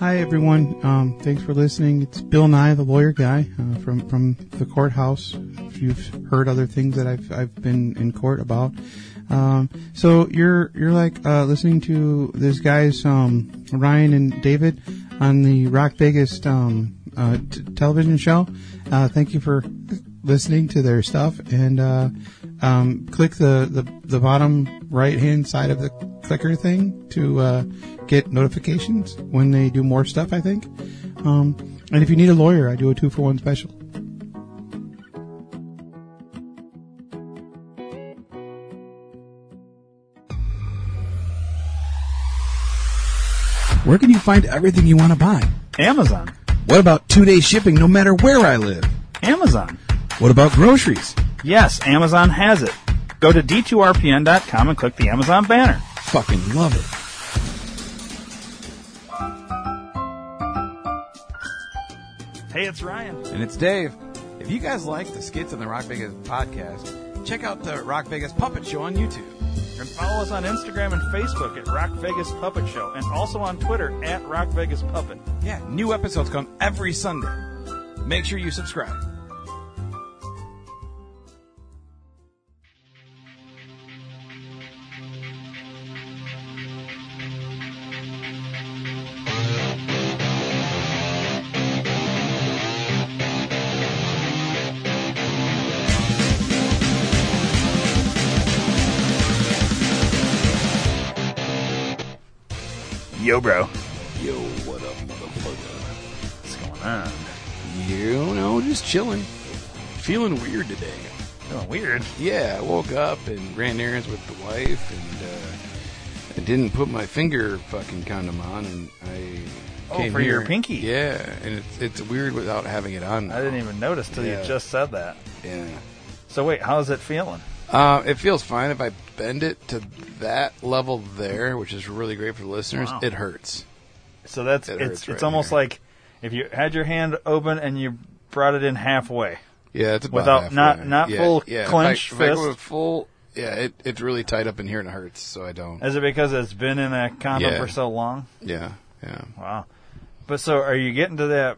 Hi, everyone. Um, thanks for listening. It's Bill Nye, the lawyer guy uh, from from the courthouse. If you've heard other things that I've I've been in court about, um, so you're you're like uh, listening to these guys, um, Ryan and David, on the Rock Vegas um, uh, t- television show. Uh, thank you for listening to their stuff and uh, um, click the, the, the bottom right hand side of the clicker thing to uh, get notifications when they do more stuff, I think. Um, and if you need a lawyer, I do a two for one special. Where can you find everything you want to buy? Amazon. What about two day shipping no matter where I live? Amazon. What about groceries? Yes, Amazon has it. Go to d2rpn.com and click the Amazon banner. Fucking love it. Hey, it's Ryan. And it's Dave. If you guys like the skits on the Rock Vegas podcast, check out the Rock Vegas Puppet Show on YouTube. And follow us on Instagram and Facebook at Rock Vegas Puppet Show and also on Twitter at Rock Vegas Puppet. Yeah, new episodes come every Sunday. Make sure you subscribe. Yo, bro. Yo, what up, motherfucker? What's going on? You know, just chilling. Feeling weird today. Doing weird. Yeah, I woke up and ran errands with the wife and uh, I didn't put my finger fucking condom on and I Oh, came for your here. pinky. Yeah, and it's it's weird without having it on. I didn't even notice till Yeah. you just said that. Yeah. So wait, how's it feeling? Uh, it feels fine if I bend it to that level there, which is really great for the listeners. Wow. It hurts. So that's It it's hurts it's right almost here. like if you had your hand open and you brought it in halfway. Yeah, it's about Without- halfway. not- not yeah, full yeah. If I- clenched if I, go fist? with full, yeah, it, it's really tight up in here and it hurts, so I don't. Is it because it's been in a condom Yeah. for so long? Yeah, yeah. Wow. But so are you getting to that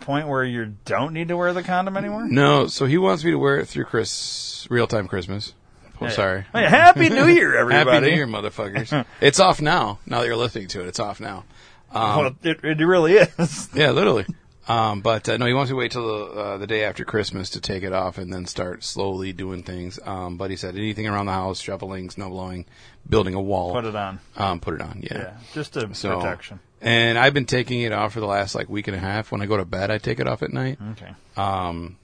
point where you don't need to wear the condom anymore? No, so he wants me to wear it through Chris real time Christmas. I'm Hey. sorry. Hey, Happy New Year, everybody. Happy New Year, motherfuckers! it's off now. Now that you're listening to it, it's off now. Um, Well, it, it really is. Yeah, literally. Um, but uh, no, he wants me to wait till the, uh, the day after Christmas to take it off and then start slowly doing things. Um, but he said anything around the house, shoveling, snow blowing, building a wall, Put it on. Um, put it on. Yeah. Yeah, just a So, protection. And I've been taking it off for the last like week and a half. When I go to bed, I take it off at night, Okay. um,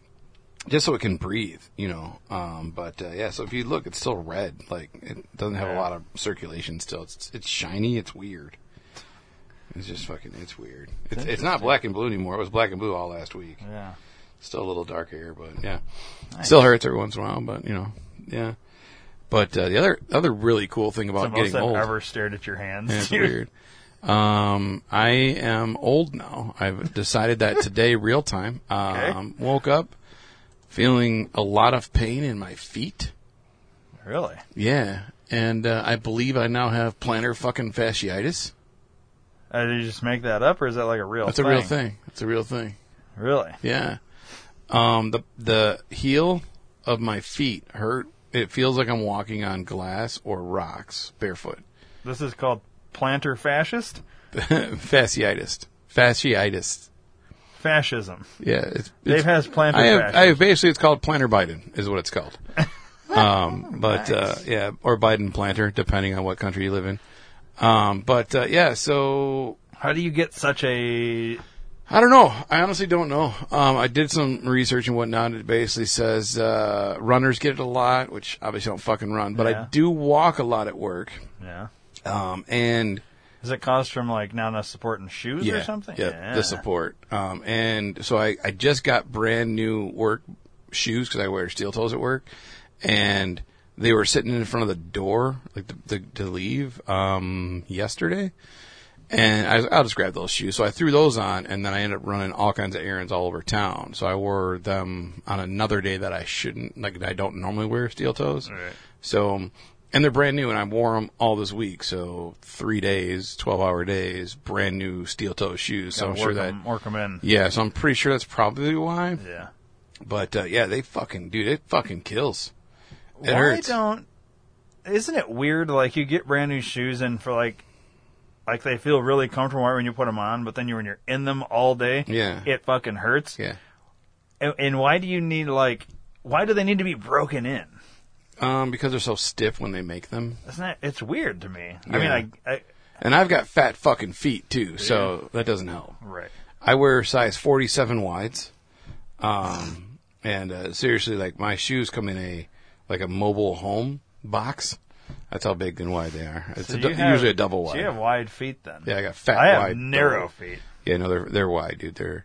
just so it can breathe, you know. Um, but uh, yeah, so if you look, it's still red. Like it doesn't have Yeah. a lot of circulation still. It's it's shiny. It's weird. It's just fucking. It's weird. It's, it's not black and blue anymore. It was black and blue all last week. Yeah. Still a little dark here, but yeah, still hurts every once in a while. But you know, yeah. But uh, the other other really cool thing So about most getting I've old, ever stared at your hands. yeah, it's weird. Um, I am old now. I've decided that today, real time. Um, Okay. woke up feeling a lot of pain in my feet. Really? Yeah, and uh, I believe I now have plantar fucking fasciitis. Uh, did you just make that up, or is that like a real? That's thing? a real thing. That's a real thing. Really? Yeah. Um, the the heel of my feet hurt. It feels like I'm walking on glass or rocks barefoot. This is called planter fascist fasciitis. Fasciitis. fascism. Yeah, it's, it's Dave has planter I have, fascism. I have basically it's called planter Biden is what it's called. Um, but uh, yeah, or Biden planter, depending on what country you live in. Um, but uh, yeah, so How do you get such a? I don't know. I honestly don't know. Um, I did some research and whatnot. It basically says uh, runners get it a lot, which obviously I don't fucking run, but Yeah. I do walk a lot at work. Yeah. Um, and Is it caused from like not enough support in shoes yeah, or something? Yeah, the support. Um, and so I, I just got brand new work shoes because I wear steel toes at work, and they were sitting in front of the door like the, the, to leave um, yesterday. And I, I'll just grab those shoes. So I threw those on, and then I ended up running all kinds of errands all over town. So I wore them on another day that I shouldn't, like I don't normally wear steel toes. Right. So and they're brand new, and I wore them all this week. So three days, twelve hour days, brand new steel toe shoes. So I'm work Oh, sure that 'em- work 'em in. yeah. So I'm pretty sure that's probably why. Yeah. But uh, yeah, they fucking dude, it fucking kills. It Why hurts. don't? Isn't it weird? Like you get brand new shoes and for like, like they feel really comfortable right when you put them on, but then you when you're in them all day, Yeah. it fucking hurts. yeah. And, and why do you need like? Why do they need to be broken in? Um, because they're so stiff when they make them, Isn't that? It's weird to me. Yeah. I mean, I, I and I've got fat fucking feet too, so that doesn't help. right. I wear size 47 wides. Um, and uh, seriously, like my shoes come in a like a mobile home box. That's how big and wide they are. It's So a du- you have- usually a double wide. So you have wide feet then. yeah, I got fat. I have wide, narrow double. feet. Yeah, no, they're they're wide, dude. They're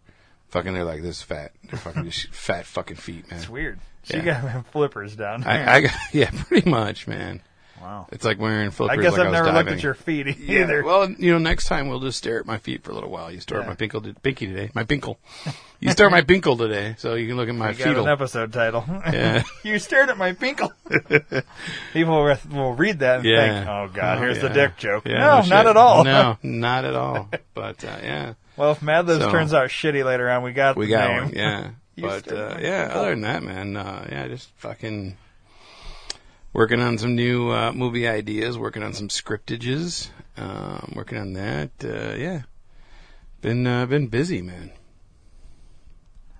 fucking. They're like this fat. They're fucking just fat fucking feet, man. It's weird. So you Yeah. gotta have flippers down. I, I got yeah, pretty much, man. wow. It's like wearing I flippers. guess like I've was never looked diving. at your feet Yeah, either. Well, you know, next time we'll just stare at my feet for a little while. You stare Yeah. at my pinkle, to- pinky today. My pinkle. You stare at my pinkle today, so you can look at my I got an fetal. episode title. Yeah. you stared at my pinkle. People will- will read that and Yeah. think, "Oh God, here's the yeah. dick joke." Yeah, no, shit. not at all. No, not at all. But uh, yeah, Well, if Mad Libs So- turns out shitty later on, we got we the got name. one. Yeah, You but stared at uh, my yeah. pinkle. Other than that, man, uh, yeah, just fucking working on some new uh, movie ideas, working on some scriptages, um, working on that. Uh, yeah, been uh, been busy, man.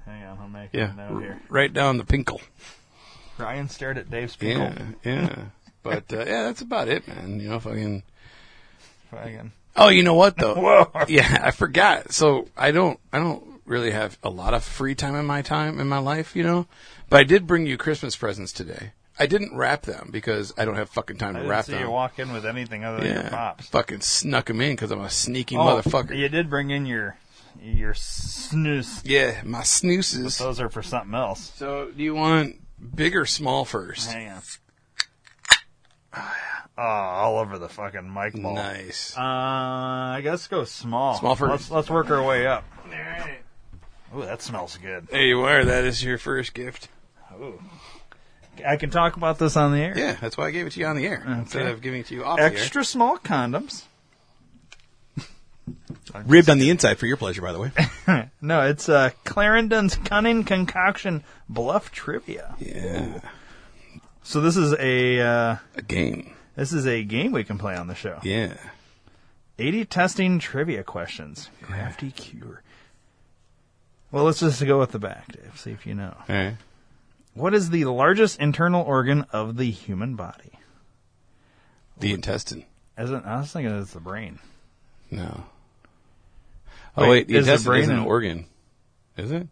Hang on, I'll make Yeah, a note here. right down the pinkle. Ryan stared at Dave's pinkle. Yeah, yeah. But uh, yeah, that's about it, man. You know, fucking. Fucking- Oh, you know what though? Whoa. Yeah, I forgot. So I don't, I don't really have a lot of free time in my time in my life, you know. But I did bring you Christmas presents today. I didn't wrap them because I don't have fucking time I to didn't wrap see them. you walk in with anything other than your yeah, pops. fucking snuck them in because I'm a sneaky Oh, motherfucker. You did bring in your your snooze. Yeah, my snoozes. Those are for something else. So do you want big or small first? Hang on. Oh, all over the fucking mic ball. Nice. Uh, I guess go small. Small first. Let's, let's work our way up. Ooh, that smells good. there you are. That is your first gift. Ooh. I can talk about this on the air. Yeah, that's why I gave it to you on the air instead of giving it to you off Extra small condoms. Ribbed on the inside for your pleasure, by the way. No, it's uh, Clarendon's Cunning Concoction Bluff Trivia. the air. Yeah, So this is a uh, a game. this is a game we can play on the show. Yeah. 80 testing trivia questions. Crafty cure. Well, let's just go with the back, Dave. See if you know. All right. What is the largest internal organ of the human body? The intestine. Isn't I was thinking it's the brain. No. Oh wait, the is the intestine brain is an an- organ, is it?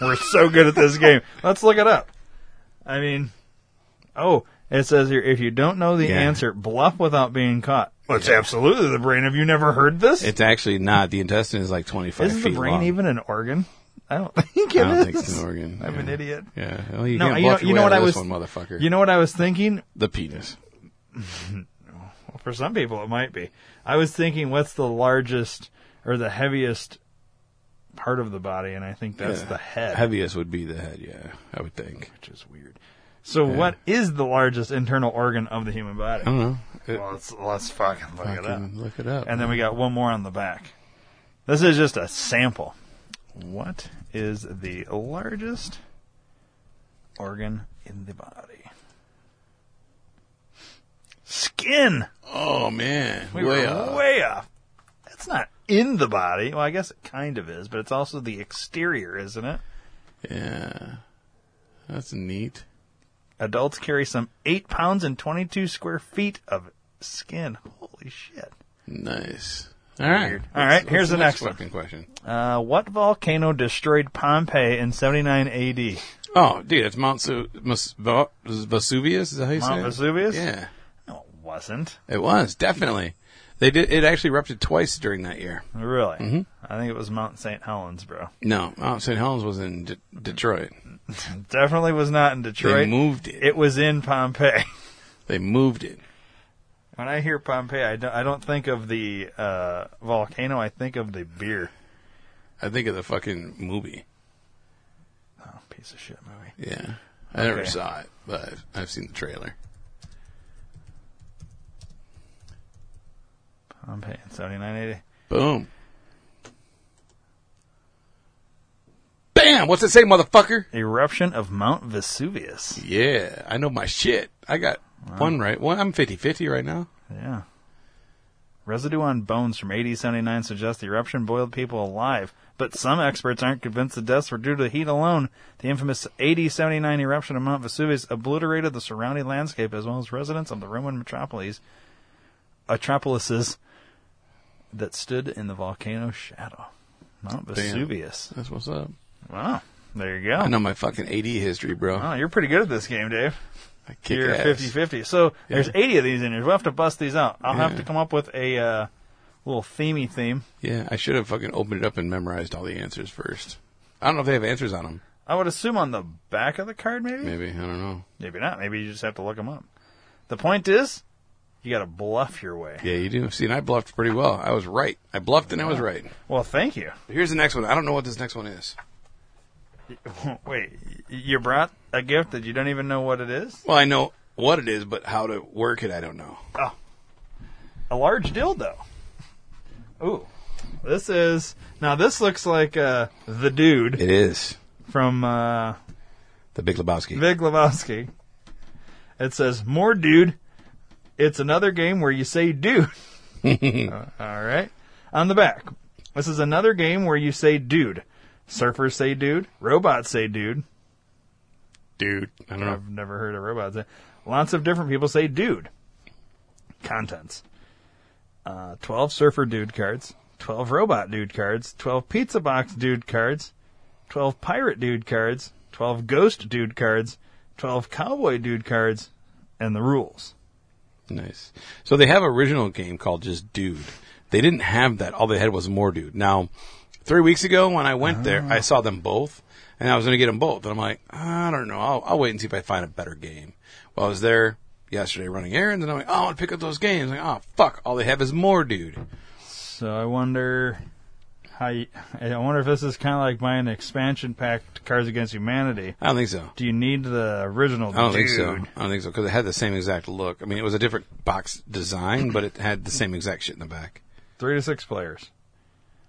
We're so good at this game. Let's look it up. I mean, oh, it says here if you don't know the Yeah. answer, bluff without being caught. Well, it's absolutely the brain. Have you never heard this? It's actually not. The intestine is like twenty five Is feet the brain long. even an organ? I don't think it I don't is. think it's an organ. I'm yeah. an idiot. Yeah. Well, you No, can't you bluff know- your you know way out what I of was- this one, motherfucker. You know what I was thinking? the penis. Well, for some people, it might be. I was thinking, what's the largest or the heaviest part of the body? And I think that's Yeah. the head, Heaviest would be the head. Yeah, I would think. which is weird. So, what is the largest internal organ of the human body? I don't know. It- Well, let's, let's fucking look I it up. can look it up. And then we got one more on the back. This is just a sample. What is the largest organ in the body? Skin. oh man, We way were up. way off. That's not in the body. Well, I guess it kind of is, but it's also the exterior, isn't it? yeah, that's neat. Adults carry some eight pounds and twenty-two square feet of skin. Holy shit! Nice. All right. Weird. What's- All right, what's here's the next one. fucking question. Uh, what volcano destroyed Pompeii in 79 AD? Oh, dude, it's Mount Su- Mus- Va- Vesuvius. Is that how you say Mount it? Vesuvius? Yeah, No, it wasn't. it was definitely. They did. It actually erupted twice during that year. Really? Mm-hmm. I think it was Mount St. Helens, bro. No, Mount St. Helens was in De- Detroit. Definitely was not in Detroit. They moved it. It was in Pompeii. They moved it. when I hear Pompeii, I don't, I don't think of the uh, volcano. I think of the beer. I think of the fucking movie. Oh, piece of shit movie. Yeah, I never saw it, but I've seen the trailer. I'm paying seventy nine eighty. Boom. Bam! What's it say, motherfucker? Eruption of Mount Vesuvius. Yeah, I know my shit. I got one right. One, I'm 50-50 right now. Yeah. Residue on bones from AD 79 suggests the eruption boiled people alive, but some experts aren't convinced the deaths were due to heat alone. The infamous AD 79 eruption of Mount Vesuvius obliterated the surrounding landscape as well as residents of the Roman metropolis, metropolises that stood in the volcano's shadow. Mount Vesuvius. That's what's up. Wow. There you go. I know my fucking AD history, bro. Wow, you're pretty good at this game, Dave. I kick you're ass. 50 50. So there's 80 of these in here. We'll have to bust these out. I'll have to come up with a uh, little themey theme. Yeah, I should have fucking opened it up and memorized all the answers first. I don't know if they have answers on them. I would assume on the back of the card, maybe? Maybe, Maybe I don't know. not. Maybe you just have to look them up. The point is, you got to bluff your way. Yeah, you do. See, and I bluffed pretty well. I was right. I bluffed and I was right. Well, thank you. Here's the next one. I don't know what this next one is. Wait, y- you brought a gift that you don't even know what it is? Well, I know what it is, but how to work it, I don't know. Oh, a large dildo. Ooh, this is. Now, this looks like uh, the dude It is from. Uh, the Big Lebowski. Big Lebowski. It says, More dude. It's another game where you say dude. Uh, all right. On the back. This is another game where you say dude. Surfers say dude. Robots say dude. Dude, I don't know. I've never heard a robot say. Lots of different people say dude. Contents. Uh, 12 surfer dude cards, 12 robot dude cards, 12 pizza box dude cards, 12 pirate dude cards, 12 ghost dude cards, 12 cowboy dude cards, and the rules. Nice. So they have original game called just Dude. They didn't have that. All they had was more Dude. Now, three weeks ago when I went there, I saw them both, and I was going to get them both. And I'm like, I don't know. I'll, I'll wait and see if I find a better game. Well, I was there yesterday running errands, and I'm like, oh, I want to pick up those games. like, oh fuck, all they have is more Dude. So I wonder how you, I wonder if this is kind of like buying an expansion pack to Cards Against Humanity. I don't think so. Do you need the original I don't dude? think so. I don't think so because it had the same exact look. I mean, it was a different box design, but it had the same exact shit in the back. Three to six players.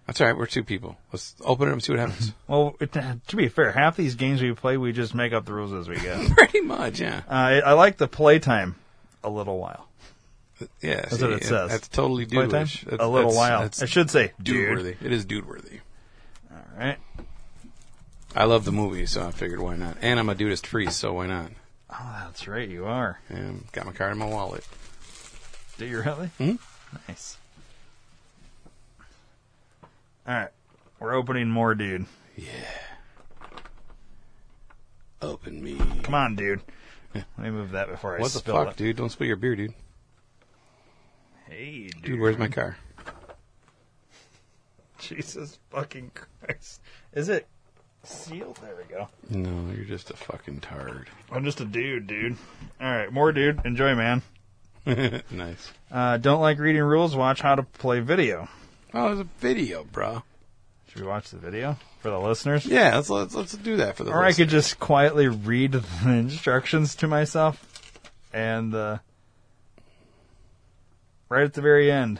That's all right. We're two people. Let's open it up and see what happens. Well, it, to be fair, half these games we play, we just make up the rules as we go. Pretty much, yeah. uh, I, I like the playtime a little while. Yeah, That's what it says. That's totally dude Playtime? That's, A little that's- while. That's I should say dude dude. worthy. It is dude worthy. All right. I love the movie, so I figured why not. And I'm a dudist priest, so why not? Oh, that's right. You are. And got my card in my wallet. Do you really? Mhm. Nice. All right. We're opening more, dude. Open me. Come on, dude. Let me move that before I What the spill fuck, it. dude? Don't spill your beer, dude. Hey, dude. Dude, where's my car? Jesus fucking Christ. Is it sealed? There we go. No, you're just a fucking tard. I'm just a dude, dude. All right. More, dude. Enjoy, man. nice. Uh, don't like reading rules? Watch how to play video. Oh, there's a video, bro. Should we watch the video for the listeners? Yeah, let's let's, let's do that for the. Or I list. could just quietly read the instructions to myself, and uh, right at the very end,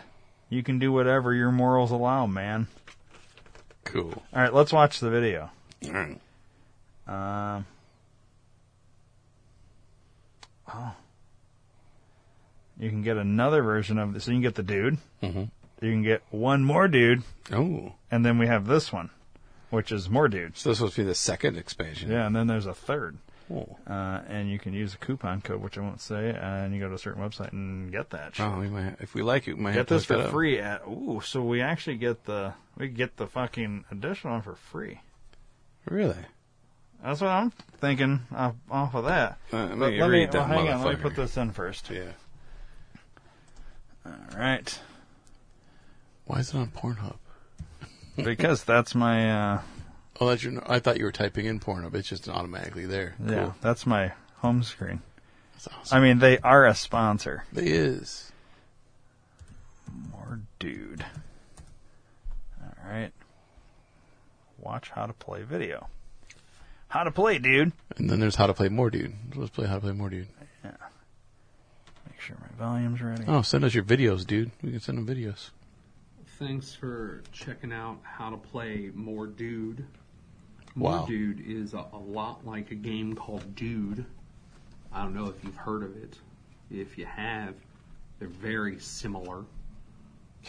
you can do whatever your morals allow, man. cool. All right, let's watch the video. All right. Um, oh, you can get another version of this. So you can get the dude. Mhm. You can get one more dude, Oh, and then we have this one, which is more dudes. so this supposed to be the second expansion. Yeah, and then there's a third. Oh, Uh, and you can use a coupon code, which I won't say, and you go to a certain website and get that. shit. oh we might, if we like it, we might have get to this hook that for up. free at ooh. So we actually get the we get the fucking additional one for free. Really? That's what I'm thinking off, off of that. Uh, let But me let me read that well, hang on. Let motherfucker. me put this in first. Yeah. All right, Why is it on Pornhub? because that's my uh, Oh, that's your. I thought you were typing in Pornhub. It's just automatically there. yeah, Cool. that's my home screen. That's awesome. I mean, they are a sponsor. They is. More dude. All right. Watch how to play video. How to play, dude. And then there's how to play more, dude. Let's play how to play more, dude. Make sure my volume's ready. Oh, send us your videos, dude. We can send them videos. Thanks for checking out how to play More Dude. More Wow. Dude is a, a lot like a game called Dude. I don't know if you've heard of it. If you have, they're very similar.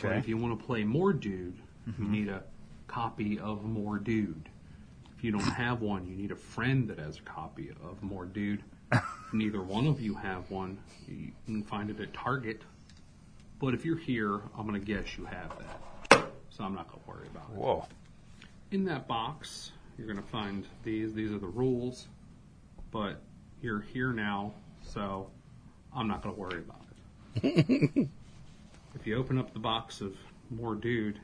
But Okay. if you want to play More Dude, you need a copy of More Dude. If you don't have one, you need a friend that has a copy of More Dude. Neither one of you have one. You can find it at Target. But if you're here, I'm going to guess you have that. So I'm not going to worry about it. Whoa. In that box, you're going to find these. These are the rules. But you're here now, so I'm not going to worry about it. if you open up the box of More Dude,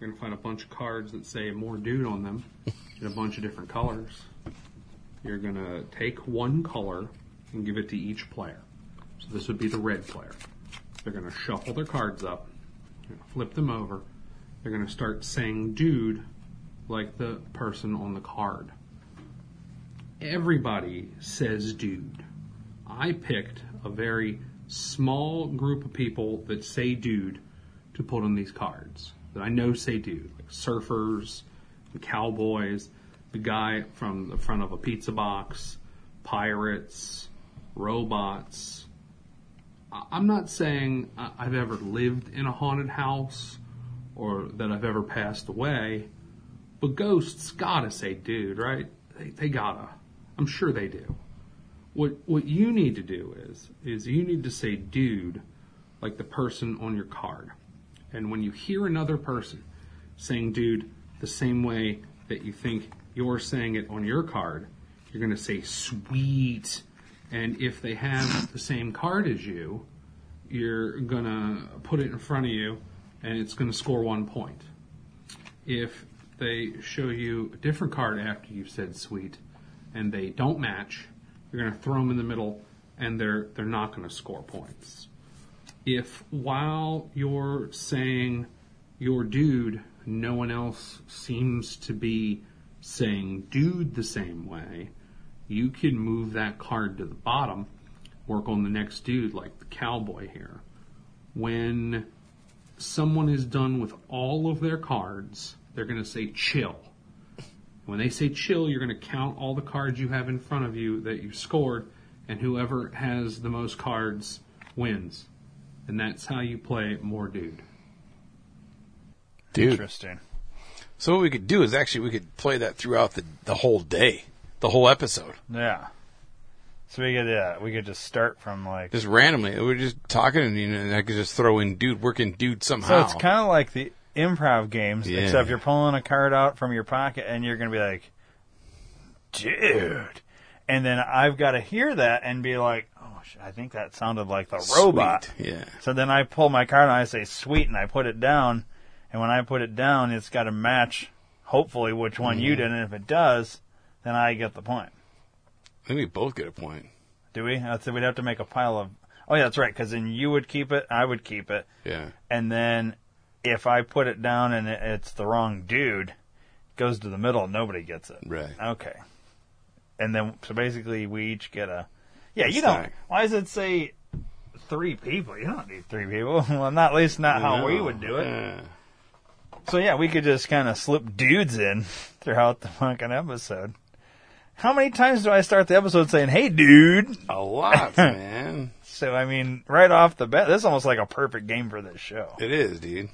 you're going to find a bunch of cards that say More Dude on them in a bunch of different colors. You're going to take one color and give it to each player. So this would be the red player. They're going to shuffle their cards up, they're gonna flip them over. They're going to start saying dude like the person on the card. Everybody says dude. I picked a very small group of people that say dude to put on these cards that I know say dude, like surfers, the cowboys, the guy from the front of a pizza box, pirates, robots. I- I'm not saying I- I've ever lived in a haunted house or that I've ever passed away, but ghosts gotta say dude, right? They, they gotta. I'm sure they do what what you need to do is is you need to say dude like the person on your card and when you hear another person saying dude the same way that you think you're saying it on your card you're going to say sweet and if they have the same card as you you're going to put it in front of you and it's going to score one point if they show you a different card after you've said sweet and they don't match, you're going to throw them in the middle and they're they're not going to score points. If while you're saying your dude, no one else seems to be saying dude the same way, you can move that card to the bottom, work on the next dude like the cowboy here. When someone is done with all of their cards, they're going to say chill. When they say chill, you're going to count all the cards you have in front of you that you scored, and whoever has the most cards wins. And that's how you play More Dude. Dude. Interesting. So what we could do is actually we could play that throughout the, the whole day, the whole episode. Yeah. So we could yeah, we could just start from like Just randomly. We are just talking and, you know, and I could just throw in dude, working dude So somehow. it's kind of like the improv games, Yeah. except you're pulling a card out from your pocket and you're going to be like, dude. And then I've got to hear that and be like, oh, sh- I think that sounded like the robot. Sweet. Yeah. So then I pull my card and I say sweet and I put it down. And when I put it down, it's got to match, hopefully, which one you did. And if it does, then I get the point. I think we both get a point. Do we? That's it. We'd have to make a pile of. Oh, yeah, that's right. Because then you would keep it, I would keep it. Yeah. and then if I put it down and it- it's the wrong dude, it goes to the middle. and Nobody gets it. Right. Okay. And then so basically we each get a. Yeah, you It's don't. like- Why does it say three people? You don't need three people. Well, not at least not how we would do it. Yeah. So yeah, we could just kind of slip dudes in throughout the fucking episode. How many times do I start the episode saying, "Hey, dude"? A lot, man. So I mean, right off the bat, this is almost like a perfect game for this show, It is, dude.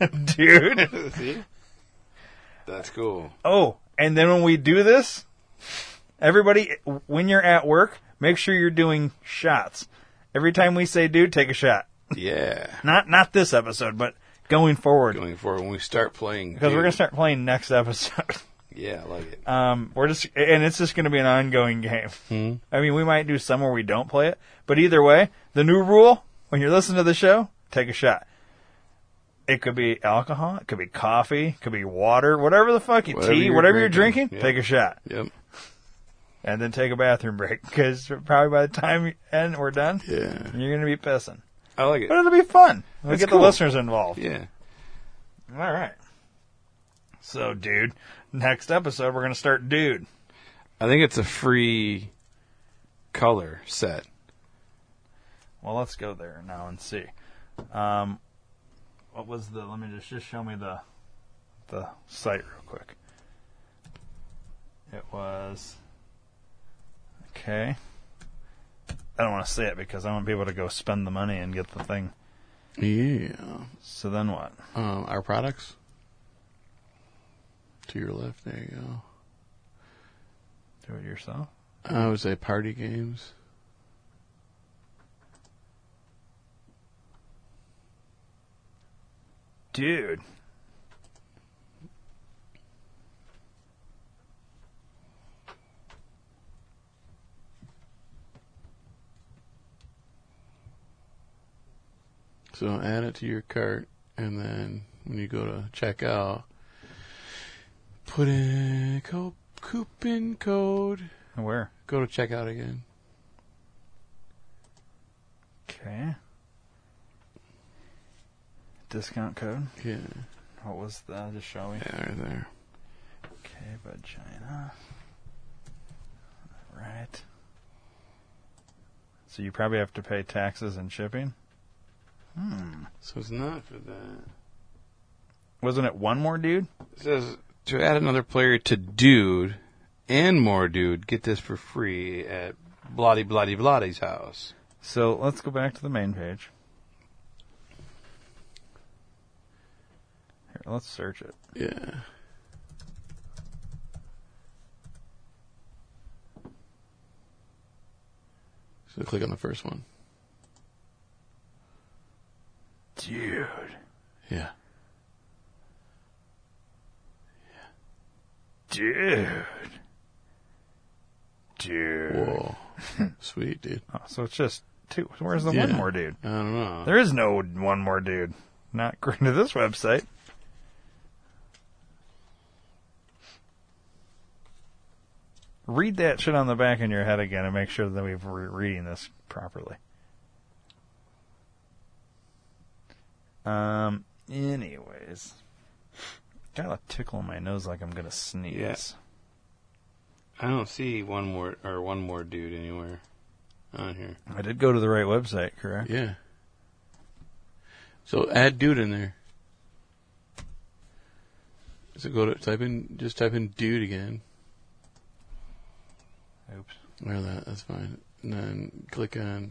dude. See? That's cool. Oh, and then when we do this, everybody, when you're at work, make sure you're doing shots. Every time we say "dude," take a shot. Yeah. Not not this episode, but going forward, Going forward, when we start playing. because we're dude. gonna start playing next episode. Yeah, I like it. Um, we're just and it's just gonna be an ongoing game. Hmm. I mean, we might do some where we don't play it, but either way, the new rule when you're listening to the show, take a shot. It could be alcohol, it could be coffee, it could be water, whatever the fuck, you Whatever tea, you're whatever you're drinking, drinking, yeah. take a shot. Yep. and then take a bathroom break because probably by the time you end, we're done, Yeah. you're going to be pissing. I like it. But it'll be fun. We'll That's get cool. the listeners involved. Yeah. All right. So, dude, next episode, we're going to start Dude. I think it's a free color set. Well, let's go there now and see. Um, what was the? Let me just just show me the the site real quick. It was okay. I don't want to say it because I want people to go spend the money and get the thing. Yeah. So then what? Um, our products. To your left, there you go. Do it yourself. I would say party games. Dude. So add it to your cart, and then when you go to checkout, put in co- coupon code. Where? Go to checkout again. Okay. Discount code. Yeah, What was that? Just show me. yeah right there. Okay, vagina. Right. So you probably have to pay taxes and shipping. Hmm. So it's not for that. Wasn't it one more dude? It says to add another player to Dude and more Dude, get this for free at Bloody Bloody Bloody's house. So let's go back to the main page. Here, let's search it. Yeah. So click on the first one. Dude. Yeah. Dude. Dude. Whoa. Sweet, dude. Oh, so it's just two. Where's the Yeah. one more dude? I don't know. There is no one more dude. Not according to this website. Read that shit on the back in your head again and make sure that we're re- reading this properly. Um. Anyways, got a tickle in my nose like I'm gonna sneeze. I don't see one more or one more dude anywhere on here. I did go to the right website, correct? Yeah. So add dude in there. So go to type in just type in dude again. Oops. Or that, that's fine. And then click on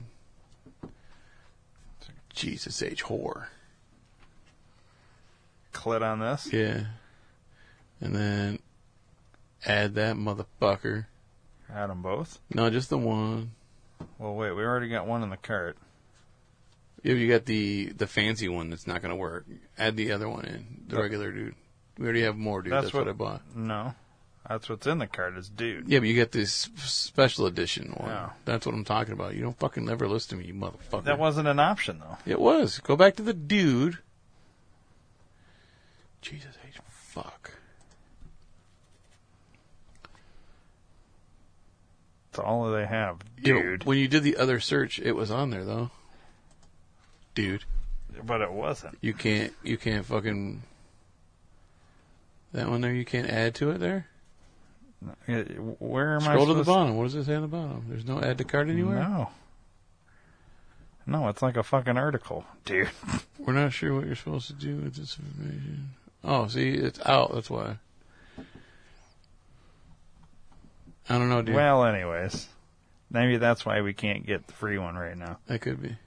Jesus H whore. Clit on this. Yeah. And then add that motherfucker. Had them both. No, just the one. Well, wait. We already got one in the cart. If you got the the fancy one that's not gonna work, add the other one in. The regular dude. We already have more dude. That's That's, what- what, I bought. No, that's what's in the cart is dude. Yeah, but you got this s- special edition one. Yeah. That's what I'm talking about. You don't fucking ever listen to me, you motherfucker. That wasn't an option though. It was. Go back to the dude. Jesus H. Fuck. It's all they have, Yeah, but dude. when you did the other search, it was on there though. Dude, But it wasn't. you can't you can't fucking that one there. You can't add to it there. It- Where am I? Scroll to the supposed- bottom. What does it say on the bottom? There's no add to cart anywhere. No. No, it's like a fucking article, dude. We're not sure what you're supposed to do with this information. Oh, see, it's out. That's why. I don't know, dude. Well, anyways, maybe that's why we can't get the free one right now. that could be.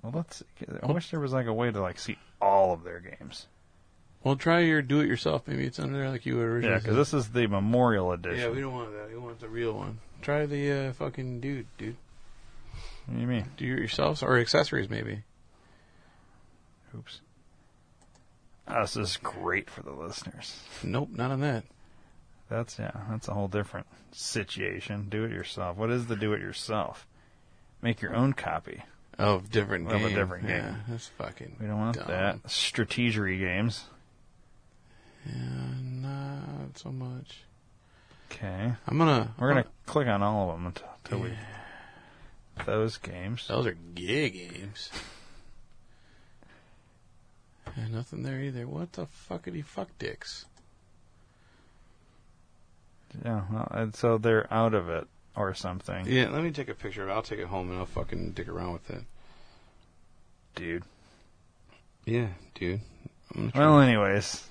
Well, let's. I wish there was like a way to like see all of their games. Well, try your do-it-yourself. Maybe it's under there like you originally. Yeah, because this is the memorial edition. Yeah, we don't want that. We want the real one. Try the uh, fucking dude, dude. What do you mean? Do it yourselves or accessories, maybe. Oops. Oh, this is great for the listeners. Nope, not on that. That's yeah, that's a whole different situation. Do it yourself. What is the do it yourself? Make your own copy. Of different Of a game. different yeah, game. that's fucking. We don't want dumb. that. Strategery games. Yeah, not so much. Okay. I'm gonna. We're going to click on all of them until, until we. Those games. Those are gay games. And nothing there either. What the fuckity fuck dicks? Yeah, well, and so they're out of it. or something, Yeah, let me take a picture of it. I'll take it home and I'll fucking dick around with it. dude. Yeah, dude. I'm gonna try. Well, anyways,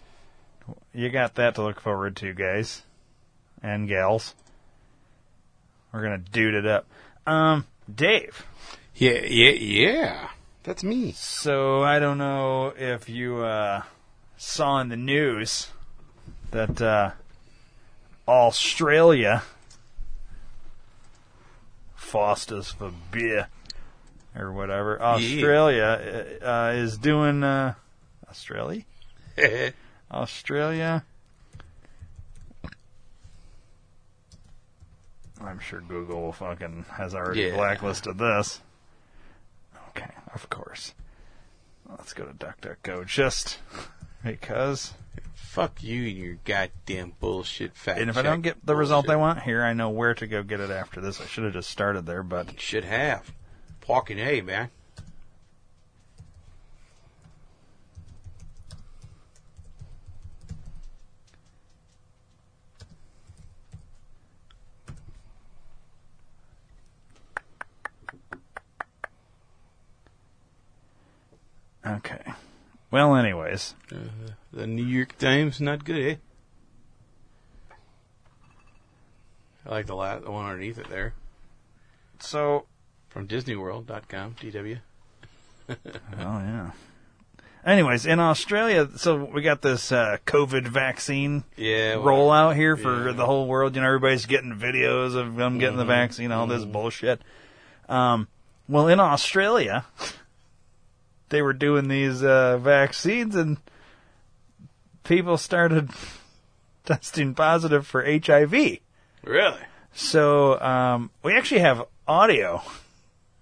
you got that to look forward to, guys and gals. We're gonna dude it up. Um, Dave. Yeah, yeah, yeah. That's me. So I don't know if you uh, saw in the news that uh, Australia Foster's for beer or whatever. Australia uh, is doing uh, Australia. Australia. I'm sure Google fucking has already Yeah. blacklisted this. Okay, of course. Let's go to DuckDuckGo just because. Fuck you and your goddamn bullshit fact. And if I don't get the result I want here, I know where to go get it after this. I should have just started there, but should have. Fucking hey, man. okay. Well, anyways, The New York Times not good, eh? I like the last the one underneath it there so from DisneyWorld.com. DW. Oh yeah. Anyways, in Australia, so we got this uh, COVID vaccine Yeah. well, rollout here for Yeah. Mm-hmm. the whole world. You know, everybody's getting videos of them getting the vaccine, all this bullshit. Um, well, in Australia, they were doing these uh, vaccines, and people started testing positive for HIV. Really? So um, we actually have audio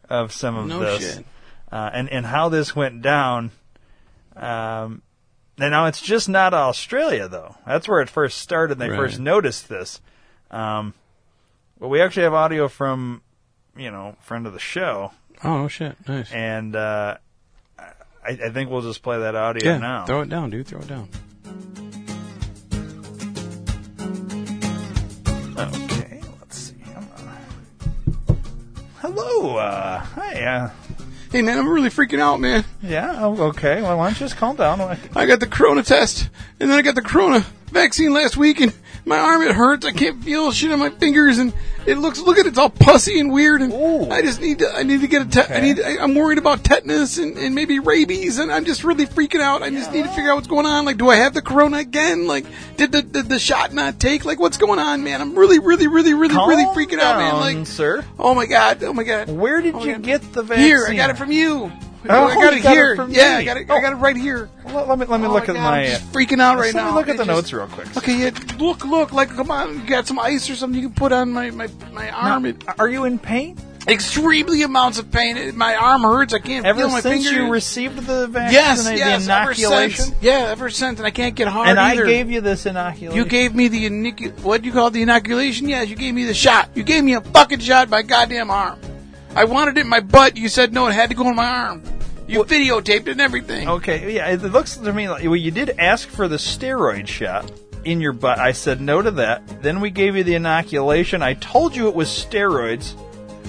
of some of No this shit. uh, and and how this went down. Um, and now it's just not Australia though. That's where it first started. They Right. first noticed this. Um, but we actually have audio from you know friend of the show, Oh no shit. Nice. and uh, I, I think we'll just play that audio yeah. now. Throw it down, dude. Throw it down. Okay, let's see. I'm, uh, Hello, uh, hi, uh, Hey man, I'm really freaking out, man. yeah, oh, okay. Well, why don't you just calm down? Like, I got the corona test, and then I got the corona vaccine last week, and my arm it hurts. I can't feel shit on my fingers, and it looks look at it, it's all pussy and weird. And Ooh. I just need to I need to get a te- I need I, I'm worried about tetanus and, and maybe rabies, and I'm just really freaking out. I just need to figure out what's going on. Like, do I have the corona again? Like, did the did the shot not take? Like, what's going on, man? I'm really really really really Calm really freaking out, man. down, Like, sir. oh my god, oh my god. Where did Oh my you God. get the vaccine? Here, I got it from you. Oh, I got you it got it here. from yeah, me. Oh. I got it. I got it right here. Let, let me let me Oh look my God, at my. uh, I'm just freaking out right let me now. look at It the just- notes real quick. Okay, yeah, look, look, like come on, you got some ice or something you can put on my my, my arm. It, Are you in pain extremely amounts of pain. It, my arm hurts. I can't ever feel my since fingers. you received the vaccine? yes, the yes, inoculation. ever since. Yeah, ever since, and I can't get hard and I either. gave you this inoculation. you gave me the inocu- what do you call it, the inoculation? Yes, you gave me the shot. You gave me a fucking shot by goddamn arm. I wanted it in my butt. You said no. It had to go in my arm. You videotaped it and everything. Okay, yeah, it looks to me like well, you did ask for the steroid shot in your butt. I said no to that. Then we gave you the inoculation. I told you it was steroids,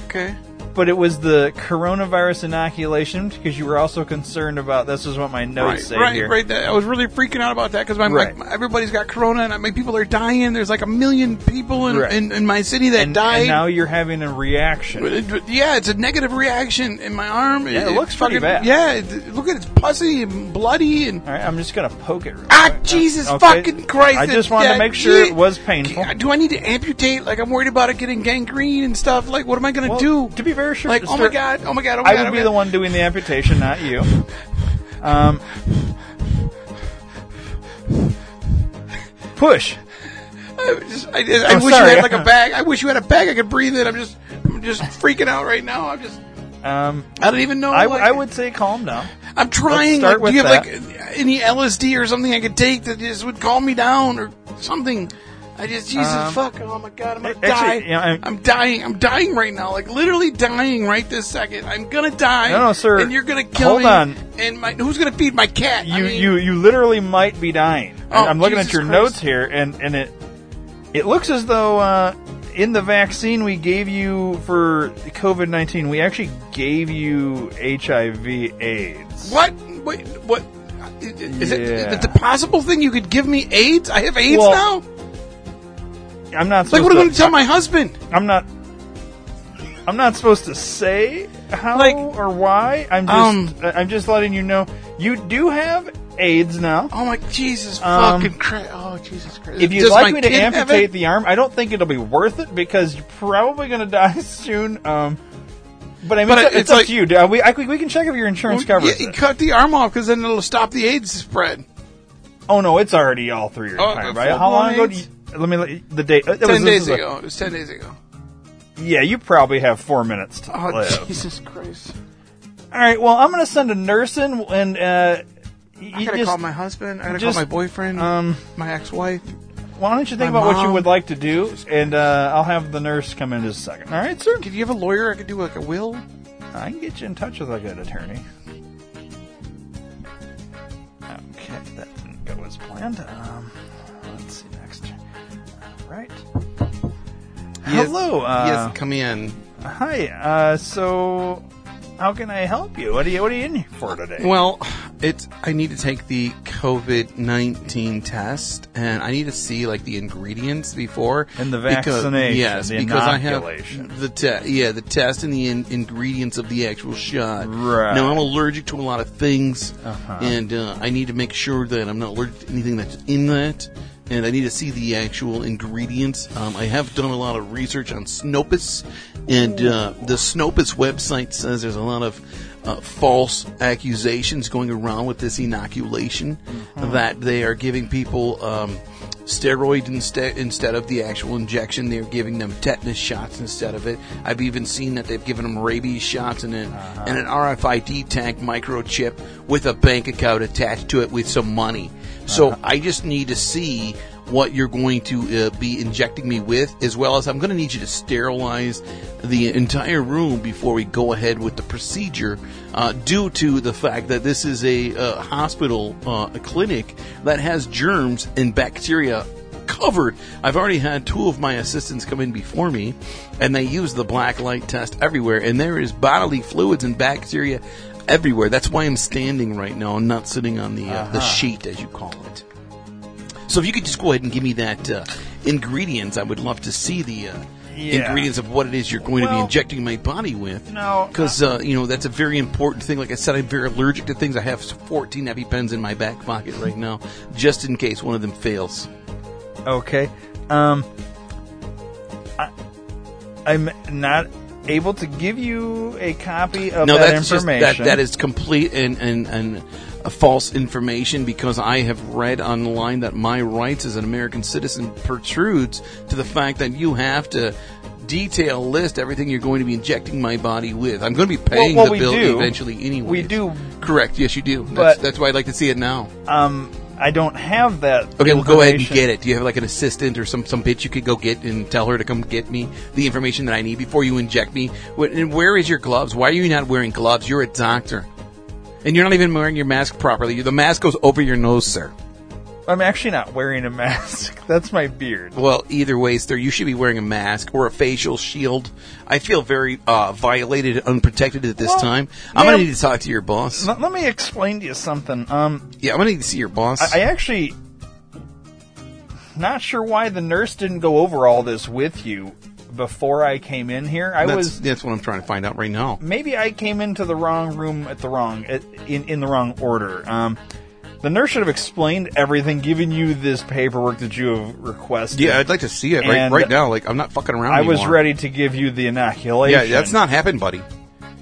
Okay. but it was the coronavirus inoculation because you were also concerned about. This is what my notes Right, say right, here. right. That, I was really freaking out about that because my, Right. my everybody's got corona and I mean people are dying. There's like a million people in Right. in, in my city that And, died. and now you're having a reaction. But it- but yeah, it's a negative reaction in my arm. Yeah, it looks pretty fucking- bad. Yeah, it, look at it's pussy and bloody and All right, I'm just gonna poke it. Real ah, quick. Jesus Uh, Okay. fucking Christ! I it- just wanted yeah, to make sure yeah. it was painful. Do I need to amputate? Like I'm worried about it getting gangrene and stuff. Like what am I gonna Well, do? to be very sure, like oh my start- god, oh my god, oh my I god! would oh be my the God. one doing the amputation, not you. Um, push. I was just, I, I I'm wish sorry. you had like a bag. I wish you had a bag I could breathe in. I'm just, I'm just freaking out right now. I'm just, Um, I don't even know. I, like, I would say calm down. I'm trying. start like, do you with have like any LSD or something I could take that just would calm me down or something? I just, Jesus Um, fuck. Oh my god, I'm gonna actually, die. yeah, I'm- I'm, dying. I'm dying right now. Like literally dying right this second. I'm gonna die. No, no, sir. And you're gonna kill Hold me. on. And my, who's gonna feed my cat? You I mean, you you literally might be dying. Oh, I'm looking Jesus at your Christ. notes here, and and it it looks as though uh, in the vaccine we gave you for COVID 19, we actually gave you HIV/AIDS. What? Wait, what? Is it, Yeah. is it a possible thing you could give me AIDS? I have AIDS Well, now? I'm not Like, supposed what am I going to. to tell my husband? I'm not. I'm not supposed to say how Like- or why. I'm just. Um, I'm just letting you know you do have AIDS now. Oh my Jesus Um, fucking Christ! Oh Jesus Christ! If you'd Does my like me to kid have amputate it? the arm, I don't think it'll be worth it because you're probably going to die soon. Um, but I mean, But it's, it's it's up like- to you. Uh, We, I, we can check if your insurance covers yeah, it. cut the arm off because then it'll stop the AIDS spread. Oh no, it's already all through your Oh, time, the right? How full-blown long ago? Did AIDS? you, let me let- the date. It was- Ten this days is a- ago, it was ten days ago. yeah, you probably have four minutes to Oh live. Jesus Christ! All right. Well, I'm going to send a nurse in, and uh, you I gotta just, call my husband. I gotta just, call my boyfriend. um, my ex-wife. why don't you think my about what you mom. would like to do, and uh, I'll have the nurse come in just a second. All right, sir. Did you have a lawyer I could do like a will? I can get you in touch with a good attorney. Okay, that didn't go as planned. Um, let's see next. All right. Hello. Uh, yes, come in. Hi. Uh, so, how can I help you? What are you What are you in here for today? Well, it's I need to take the COVID nineteen test, and I need to see like the ingredients before And the because- vaccination, yes, the because I inoculation. have the te- yeah the test and the in- ingredients of the actual shot. Right. Now I'm allergic to a lot of things, and uh, I need to make sure that I'm not allergic to anything that's in that. And I need to see the actual ingredients. Um, I have done a lot of research on Snopus, and uh, the Snopus website says there's a lot of uh, false accusations going around with this inoculation that they are giving people um, steroid instead instead of the actual injection. They're giving them tetanus shots instead of it. I've even seen that they've given them rabies shots and an, and an RFID tag microchip with a bank account attached to it with some money. So I just need to see what you're going to uh, be injecting me with, as well as I'm going to need you to sterilize the entire room before we go ahead with the procedure, uh, due to the fact that this is a uh, hospital, uh, a clinic that has germs and bacteria covered. I've already had two of my assistants come in before me, and they use the black light test everywhere, and there is bodily fluids and bacteria everywhere. That's why I'm standing right now and not sitting on the uh, Uh-huh. the sheet, as you call it. So if you could just go ahead and give me that uh, ingredients, I would love to see the uh, Yeah. ingredients of what it is you're going to be Well- injecting my body with. No, because uh, you know that's a very important thing. Like I said, I'm very allergic to things. I have 14 EpiPens in my back pocket right now, just in case one of them fails. Okay. Um, I, I'm not able to give you a copy of that information. that, that is complete and and and uh, false information because I have read online that my rights as an American citizen protrudes to the fact that you have to detail list everything you're going to be injecting my body with. I'm going to be paying well, we the bill do. eventually anyway. We do. Correct. Yes, you do. that's, But- that's why I'd like to see it now. Um, I don't have that. Okay, well, go ahead and information. get it. Do you have like an assistant or some some bitch you could go get and tell her to come get me the information that I need before you inject me? Wh- And where is your gloves? Why are you not wearing gloves? You're a doctor, and you're not even wearing your mask properly. The mask goes over your nose, sir. I'm actually not wearing a mask. That's my beard. Well, either way, sir, you should be wearing a mask or a facial shield. I feel very uh, violated and unprotected at this Well, time. I'm gonna ma'am- need to talk to your boss. Let, let me explain to you something. Um, yeah, I'm gonna need to see your boss. I, I actually not sure why the nurse didn't go over all this with you before I came in here. I that's, was that's what I'm trying to find out right now. maybe I came into the wrong room at the wrong at, in in the wrong order. Um, the nurse should have explained everything, given you this paperwork that you have requested. Yeah, I'd like to see it right, And- right now. Like I'm not fucking around. I was anymore. ready to give you the Yeah, inoculation. that's not happened, buddy.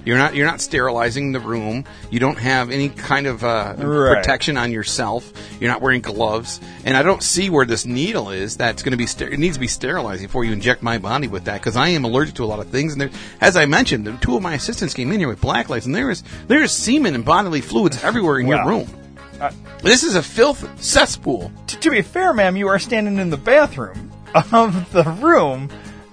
You're not you're not sterilizing the room. You don't have any kind of uh, Right. protection on yourself. You're not wearing gloves, and I don't see where this needle is. That's going to be ster- it needs to be sterilized before you inject my body with that because I am allergic to a lot of things. And there, as I mentioned, the two of my assistants came in here with black lights, and there is there is semen and bodily fluids everywhere in Wow. Uh, your room. this is a filth cesspool. T- to be fair, ma'am, you are standing in the bathroom of the room.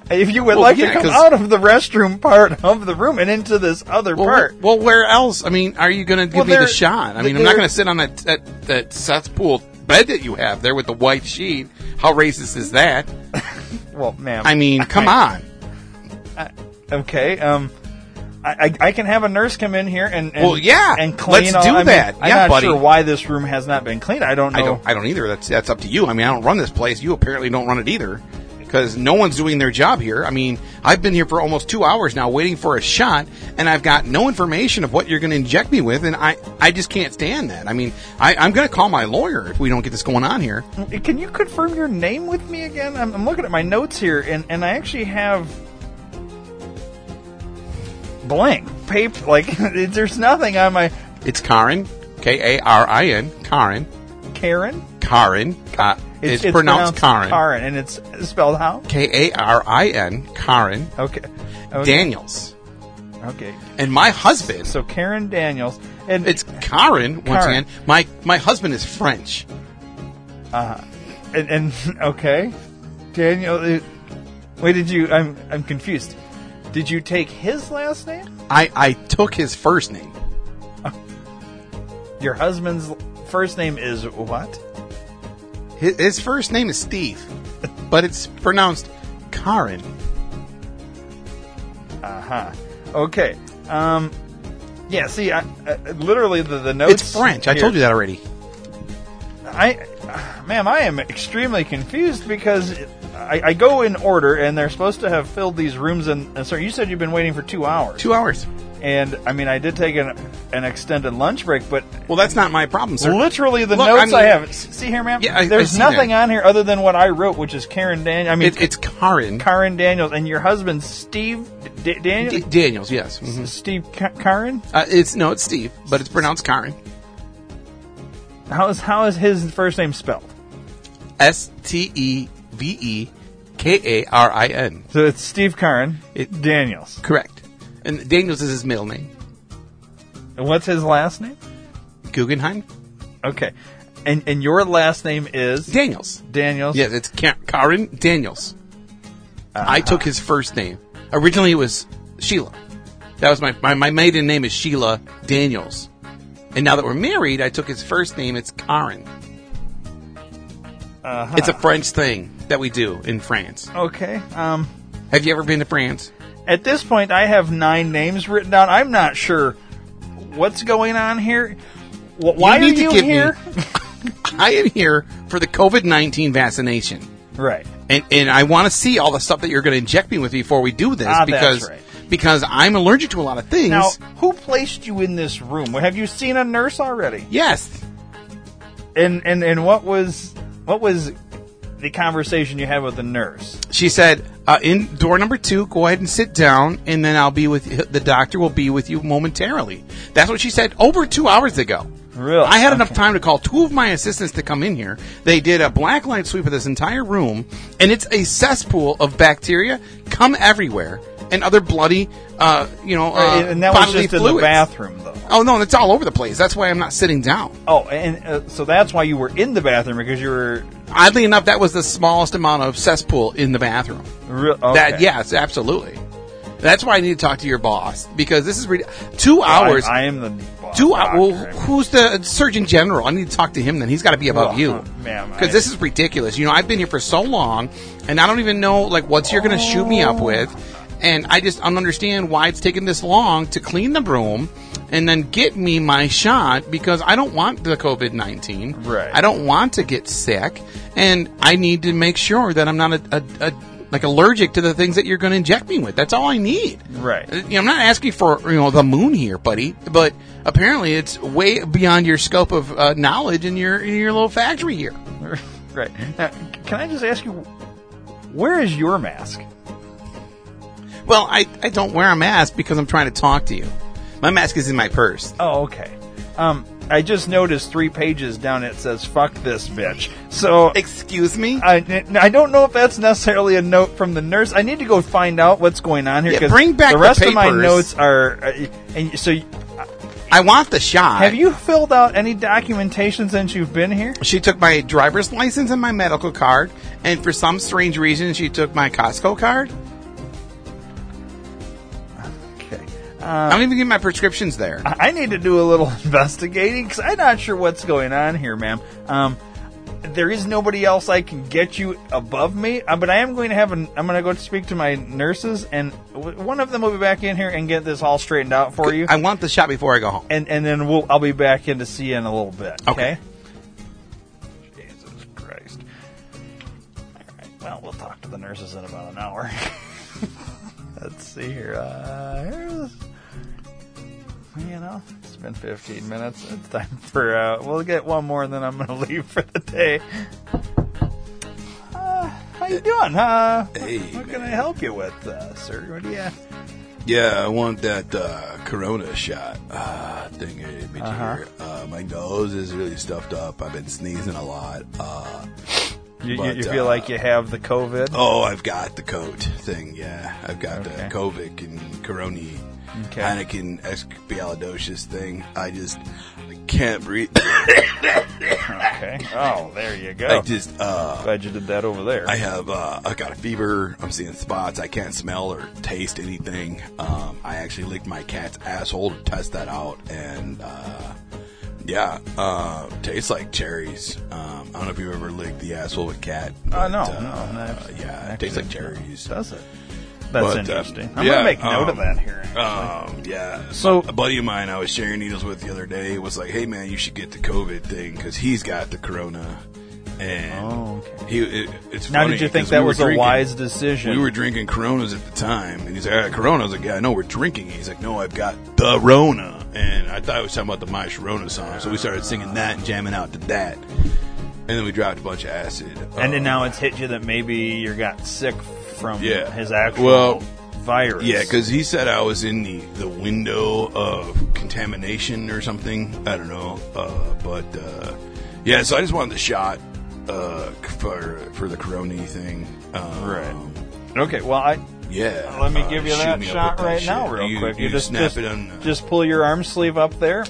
If you would Well, like yeah, to come 'cause- out of the restroom part of the room and into this other Well, part, where, well, where else? I mean, are you going to give Well, me the there- shot? I mean, I'm there- not going to sit on that that that cesspool bed that you have there with the white sheet. How racist is that? well, ma'am. I mean, come on. Okay. Um, I, I, I can have a nurse come in here and, and Well, yeah, and clean. let's all- do I mean, that. I'm Yeah, not buddy. sure why this room has not been cleaned. I don't know. I don't. I don't either. That's that's up to you. I mean, I don't run this place. You apparently don't run it either, because no one's doing their job here. I mean, I've been here for almost two hours now, waiting for a shot, and I've got no information of what you're going to inject me with, and I I just can't stand that. I mean, I, I'm going to call my lawyer if we don't get this going on here. Can you confirm your name with me again? I'm, I'm looking at my notes here, and, and I actually have blank paper. Like, there's nothing on my It's Karin, K A R I N, Karin, Karen. Karin. Uh, it's, pronounced, Karin, Karen, and it's spelled how? K A R I N, Karin Okay. okay. Daniels, Okay. and my husband. So Karen Daniels, and It's Karin once again. Karin. My my husband is French. and, and okay, Daniel. It, wait, did you? I'm I'm confused. Did you take his last name? I, I took his first name. Your husband's first name is what? His, his first name is Steve, but it's pronounced Karin. Okay. Um. Yeah. See, I, I literally the the notes. It's French. I told you that already. that. I, ma'am, I am extremely confused because I, I go in order, and they're supposed to have filled these rooms. And, and sir, you said you've been waiting for two hours. Two hours. And I mean, I did take an an extended lunch break, but Well, that's not my problem, sir. Literally, the Look, I notes I, mean- have. S- See here, ma'am. Yeah, I- I There's see nothing that. on here other than what I wrote, which is Karen Daniels. I mean, It, it's Karin. Karen Daniels and your husband Steve D- D- Daniels. Daniels, yes. Mhm. Steve Ka- Karen. Uh, it's no, it's Steve, but it's pronounced Karin. How is how is his first name spelled? S T E V E K A R I N. So it's Steve Karen It- Daniels. Correct. And Daniels is his middle name. And what's his last name? Guggenheim Okay, and and your last name is Daniels. Daniels. Yes, it's Ka- Karin Daniels. I took his first name. Originally, it was Sheila. That was my, my my maiden name is Sheila Daniels. And now that we're married, I took his first name. It's Karin. It's a French thing that we do in France. Okay. Um. Have you ever been to France? At this point, I have nine names written down. I'm not sure what's going on here. Wh- Why need are to you give me- here? I am here for the COVID nineteen vaccination. Right. and and I want to see all the stuff that you're going to inject me with before we do this Ah, that's because right. because I'm allergic to a lot of things. Now, who placed you in this room? Have you seen a nurse already? yes, And and and what was what was the conversation you had with the nurse? she said uh, in door number two. Go ahead and sit down, and then I'll be with the doctor. Will be with you momentarily. That's what she said over two hours ago. Really? I had enough time to call two of my assistants to come in here. They did a black light sweep of this entire room, and it's a cesspool of bacteria come everywhere and other bloody, uh, you know, uh, and that was bodily just in the fluids. bathroom, though. Oh no, it's all over the place. That's why I'm not sitting down. Oh, and uh, so that's why you were in the bathroom because you were. Oddly enough, that was the smallest amount of cesspool in the bathroom. Re- okay. That yes, absolutely. That's why I need to talk to your boss because this is re- two hours. I, I am the boss two hours. Well, doctor. who's the Surgeon General? I need to talk to him. Then he's got to be above Well, you, uh, ma'am, I- Because this is ridiculous. You know, I've been here for so long, and I don't even know like what you're going to shoot me up with, and I just don't understand why it's taken this long to clean the room. And then get me my shot because I don't want the COVID 19. Right. I don't want to get sick. And I need to make sure that I'm not a, a, a like allergic to the things that you're going to inject me with. That's all I need. Right. Uh, you know, I'm not asking for you know the moon here, buddy, but apparently it's way beyond your scope of uh, knowledge in your in your little factory here. right. Now, c- can I just ask you, where is your mask? Well, I, I don't wear a mask because I'm trying to talk to you. My mask is in my purse. Oh, okay. Um, I just noticed three pages down it says "fuck this bitch." So Excuse me. I, I don't know if that's necessarily a note from the nurse. I need to go find out what's going on here. Yeah, 'cause bring back the the rest of my papers. notes are. Uh, and so, y- I want the shot. have you filled out any documentation since you've been here? She took my driver's license and my medical card, and for some strange reason, she took my Costco card. Uh, Okay. I don't even get my prescriptions there. I I need to do a little investigating because I'm not sure what's going on here, ma'am. Um, there is nobody else I can get you above me. Uh, but I am going to have an. I'm going to go speak to my nurses, and w- one of them will be back in here and get this all straightened out for you. I want the shot before I go home. and and then we'll I'll be back in to see you in a little bit. Okay. Okay. Jesus Christ. All right. Well, we'll talk to the nurses in about an hour. Let's see here. Uh, here's, you know, it's been 15 minutes. It's time for uh, we'll get one more, and then I'm gonna leave for the day. Uh, How you doing? Uh, what- Hey, what, can I help you with, uh, sir? What do you? Yeah, I want that uh, Corona shot uh, thing here, image Uh-huh. here. Uh, my nose is really stuffed up. I've been sneezing a lot. Uh, You, you, But, you feel uh, like you have the COVID? oh, I've got the coat thing. Yeah, I've got Okay. the Kovic and Coroni Okay. Heineken expialidocious thing. I just I can't breathe. Okay. Oh, there you go. I just uh, Glad you did that over there. I have uh, I got a fever. I'm seeing spots. I can't smell or taste anything. Um, I actually licked my cat's asshole to test that out, and uh, yeah, uh, tastes like cherries. Um, I don't know if you've ever licked the asshole of a cat. oh but, no, uh, no, that's- yeah, it actually, tastes like cherries. Does it? That's But, uh, interesting. I'm yeah, gonna make note of um, that here. Um, yeah. So- So a buddy of mine I was sharing needles with the other day was like, "Hey man, you should get the COVID thing because he's got the corona." And Oh, okay. he, it, it's now, funny did you 'cause think we that were was a drinking- wise decision? We were drinking Coronas at the time, and he's like, ah, "Coronas." Like, yeah, I know we're drinking. He's like, "No, I've got the Rona," and I thought he was talking about the My Sharona song, so we started singing that and jamming out to that, and then we dropped a bunch of acid. and then Uh, now it's hit you that maybe you got sick from Yeah. his actual Well, virus. uh, Yeah, because he said I was in the, the window of contamination or something. I don't know. Uh, but uh, yeah, so I just wanted the shot uh, for for the corona thing. Um, okay. Well, I Yeah. let me uh, give you shoot that me up shot with that right shit. now, real you, quick. You, just snap just, it on. the- just pull your arm sleeve up there.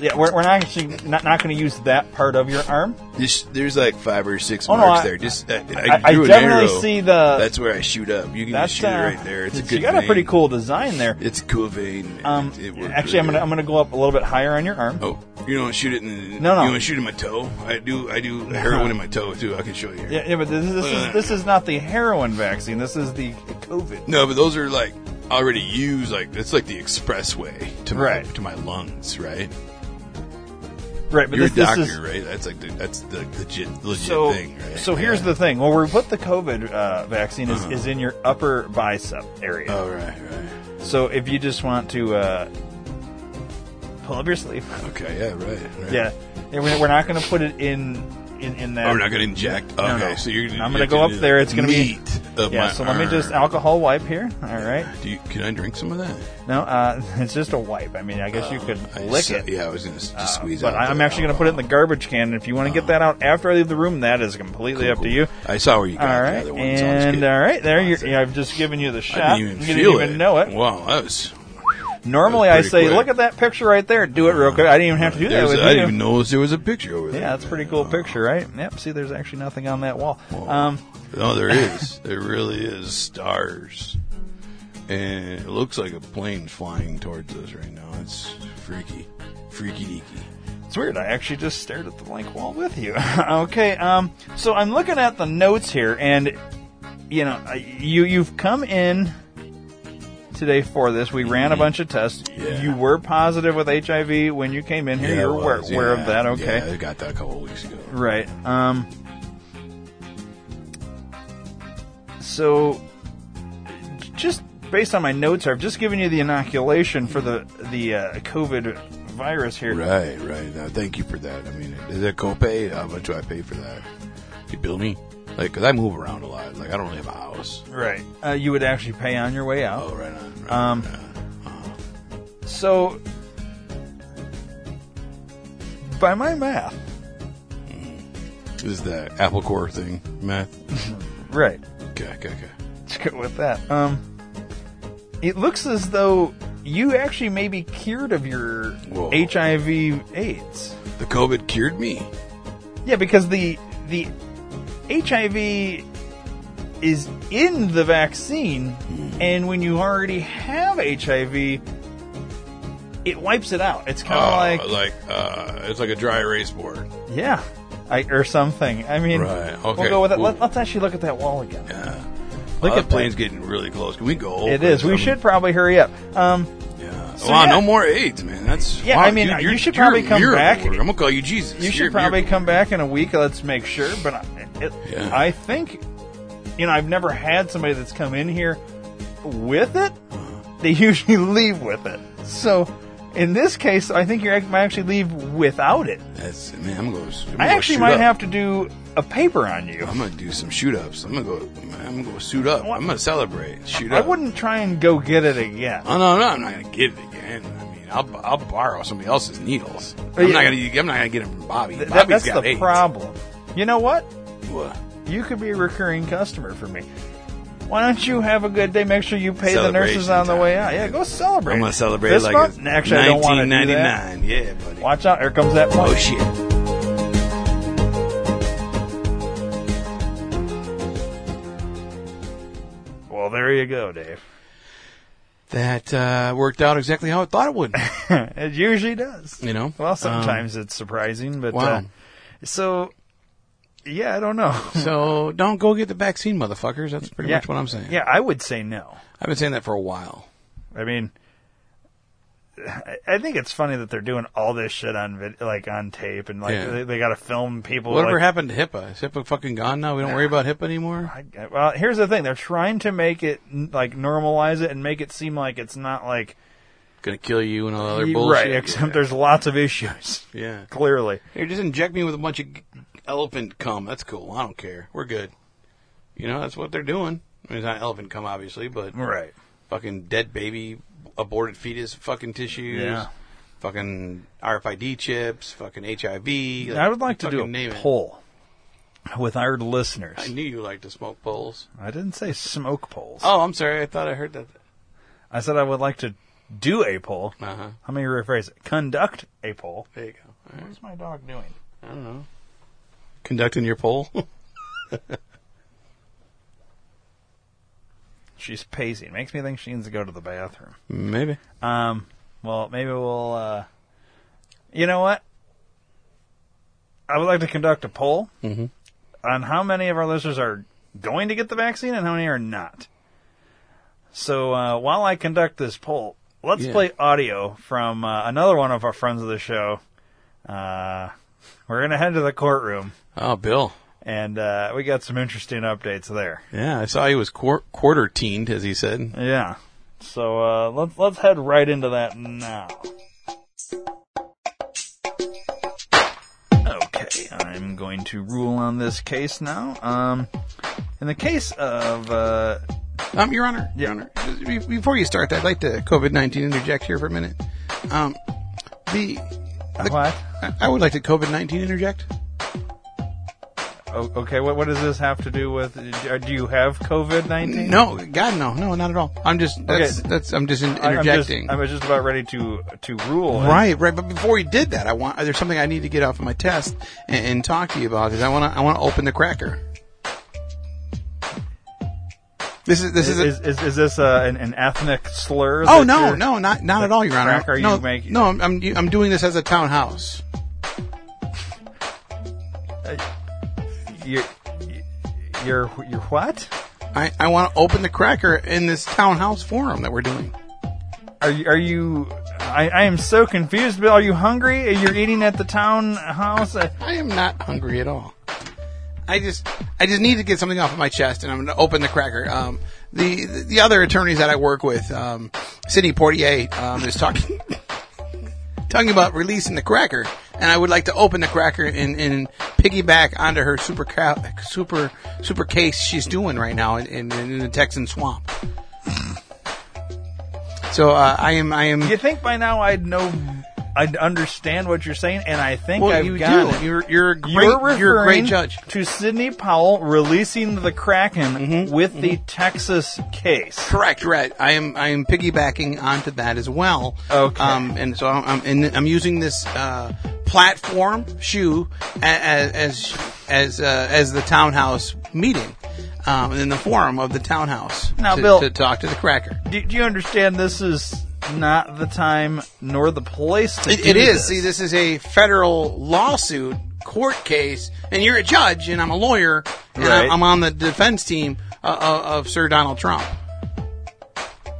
Yeah, we're, we're not actually not, not going to use that part of your arm. This, there's like five or six Oh, no, marks I- there. Just I, I, I, I drew an definitely arrow. see the. That's where I shoot up. You can that's just shoot uh, it right there. It's a good. You got a vein. pretty cool design there. It's a cool vein. Um, It- it worked actually, I'm really gonna I'm gonna good. go up a little bit higher on your arm. Oh, you don't shoot it in. The, No, no. You want to shoot in my toe? I do. I do heroin in my toe too. I can show you. Here. Yeah, yeah, but this, this is this is not the heroin vaccine. This is the COVID. No, but those are like already used. Like it's like the expressway to my Right. to my lungs. Right. Right, but You're this, a doctor, this is right? That's like the, that's the legit legit so. thing. Right? So here's Yeah. Uh-huh. the thing. Well, where we put the COVID uh, vaccine is, is in your upper bicep area. Oh right, right. So if you just want to uh, pull up your sleeve, Okay, yeah, right. right. yeah, Yeah, we're we're not gonna put it in in in that. Oh, we're not gonna inject. Okay, No, no. so you're. I'm gonna go up there. It's gonna be- be. Of yeah. my So let me just arm. alcohol wipe here. All right. Do you, can I drink some of that? No, uh, it's just a wipe. I mean, I guess you could Um, I lick just- it. Uh, Yeah, I was gonna s- just squeeze. But out I'm the- actually going to put it in the garbage can. and If you want to get that out after I leave the room, that is completely Cool, up to cool. you. I saw where you All got right, the other one. so I'm just and kidding. all right, there That's you. it. Yeah, I've just given you the shot. I didn't even you feel didn't even it. know it. Wow, that was. Normally, that I was say, pretty quick. "Look at that picture right there. Do it real quick." I didn't even have to do that there's- with I you. didn't even notice there was a picture over there. yeah, that's a pretty cool picture, right? Yep. See, there's actually nothing on that wall. Um, No, there is. there really is stars, and it looks like a plane flying towards us right now. It's freaky, freaky deaky. It's weird. I actually just stared at the blank wall with you. okay. Um. So I'm looking at the notes here, and you know, I- you you've come in today for this. We ran a bunch of tests. Mm-hmm. Yeah. You were positive with HIV when you came in here. Yeah, You're it aware, was, aware yeah. of that. Okay. Yeah, I got that a couple weeks ago. Right. Um. So, just based on my notes, here, I've just given you the inoculation for the the uh, COVID virus here. Right, right. Now, thank you for that. I mean, is it copay? How much do I pay for that? You bill me? Like, cause I move around a lot. Like, I don't really have a house. Right. Uh, you would actually pay on your way out. Oh, right on. Right Um, So, by my math, on. Is the Apple Core thing math? right? Okay, okay, okay. Let's go with that. Um, it looks as though you actually may be cured of your Whoa. HIV/AIDS. The COVID cured me. Yeah, because the the HIV is in the vaccine, Hmm. and when you already have HIV, it wipes it out. It's kind of Oh, like like uh, it's like a dry erase board. Yeah. I, or something. I mean, Right, okay. we'll go with it. Let, Ooh. let's actually look at that wall again. Look at at planes getting really close. Can we go? It is. We Um, should probably hurry up. Um, Yeah. So, wow, yeah. no more AIDS, man. That's Yeah, wow, I mean, dude, you you're- should you're probably a come miracle back. worker. I'm gonna call you Jesus. you You're a should probably miracle. come back in a week. Let's make sure. But I, it, Yeah. I think, you know, I've never had somebody that's come in here with it. Uh-huh. They usually leave with it. So in this case, I think you're act- might actually leave without it. That's man. I'm gonna. go- I'm gonna I go actually shoot might up. have to do a paper on you. I'm gonna do some shoot ups. I'm gonna go. I'm gonna go suit up. I'm gonna celebrate. Shoot I up. wouldn't try and go get it again. Oh no, no, I'm not gonna get it again. I mean, I'll I'll borrow somebody else's needles. But I'm yeah. not gonna. I'm not gonna get them from Bobby. Th- that- Bobby's that's got the AIDS. problem. You know what? What? You could be a recurring customer for me. Why don't you have a good day? Make sure you pay the nurses Celebration on the way time. out. Yeah, go celebrate. I'm gonna celebrate this like month? it's Actually, I don't want to do that. 1999. Yeah, buddy. Watch out! Here comes that Oh punch. shit. Well, there you go, Dave. That uh, worked out exactly how I thought it would. It usually does. You know? um, Well, sometimes it's surprising, but wow. uh, so yeah, I don't know. so don't go get the vaccine, motherfuckers. That's pretty yeah. much what I'm saying. Yeah, I would say no. I've been saying that for a while. I mean, I I think it's funny that they're doing all this shit on vid- like on tape and like Yeah. they, they got to film people. Whatever like, happened to HIPAA? Is HIPAA fucking gone now? We don't worry about HIPAA anymore. I, I- well, here's the thing: they're trying to make it n- like normalize it and make it seem like it's not like Gonna kill you and all that other You're bullshit. right. Except there's lots of issues. Yeah. Clearly, Here, just inject me with a bunch of g- elephant cum. That's cool. I don't care. We're good. You know, that's what they're doing. I mean, it's not elephant cum, obviously, but right. fucking dead baby, aborted fetus, fucking tissues, Yeah. fucking RFID chips, fucking HIV. I would like to do fucking name a it. poll with our listeners. I knew you liked to smoke poles. I didn't say smoke polls. Oh, I'm sorry. I thought I heard that. I said I would like to do a poll. Uh huh. How many rephrase it? Conduct a poll. There you go. All right. What's my dog doing? I don't know. Conducting your poll. She's pacing. Makes me think she needs to go to the bathroom. Maybe. Um, well, maybe we'll. Uh, you know what? I would like to conduct a poll on how many of our listeners are going to get the vaccine and how many are not. So uh, while I conduct this poll, let's Yeah. play audio from uh, another one of our friends of the show. Uh, we're gonna head to the courtroom, Oh, Bill. and uh, we got some interesting updates there. Yeah, I saw he was quar- quarter teened, as he said. Yeah. So uh, let's let's head right into that now. Okay, I'm going to rule on this case now. Um, in the case of uh, Um, Your Honor, Your Honor, be- before you start, I'd like to COVID nineteen interject here for a minute. Um, the what? I- I would like to COVID nineteen interject. O- okay, what what does this have to do with? uh, Do you have COVID nineteen? No, God, no, no, not at all. I'm just that's Okay. that's I'm just in, I'm just, interjecting. I'm just about ready to to rule. right, right. But before you did that, I want there's something I need to get off of my test and, and talk to you about. Is I want to I want to open the cracker. This is this is, Is a, is, is, is this uh, an, an ethnic slur? oh that no you're- no not not at all, Your Honor. cracker no, you make- no, I'm, I'm I'm doing this as a townhouse. You're, you're you're what? I, I want to open the cracker in this townhouse forum that we're doing. Are you? Are you? I, I am so confused. Bill, are you hungry? You're eating at the townhouse. Uh, I am not hungry at all. I just I just need to get something off of my chest, and I'm going to open the cracker. Um, the the other attorneys that I work with, um, Sidney Portier, um, is talking talking about releasing the cracker, and I would like to open the cracker and, and piggyback onto her super ca- super super case she's doing right now in, in, in the Texan swamp. So uh, I am I am you think by now I'd know? I'd understand what you're saying, and I think Well, I've you got do. it. You're you're a great. You're You're, referring a great judge. to Sidney Powell releasing the Kraken Mm-hmm, with the Texas case. Correct. Right. I am I am piggybacking onto that as well. Okay. Um, and so I'm I'm, and I'm using this uh, platform shoe a- a- as as uh, as the townhouse meeting. Um, in the forum of the townhouse Now, to, Bill- to talk to the cracker. Do, do you understand? This is not the time nor the place to It, do it is. This. See, this is a federal lawsuit court case, and you're a judge, and I'm a lawyer, and I- Right. I'm on the defense team uh, uh, of Sir Donald Trump.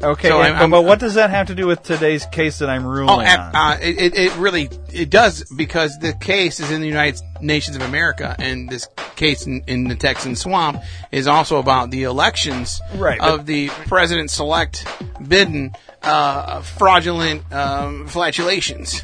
Okay, So yeah, I'm- but- I'm- but what does that have to do with today's case that I'm ruling Oh, on? ab- uh, it, it- it really it does because the case is in the United Nations of America, and this case in, in the Texan swamp is also about the elections Right, but- of the president-elect Biden uh, fraudulent um, flatulations.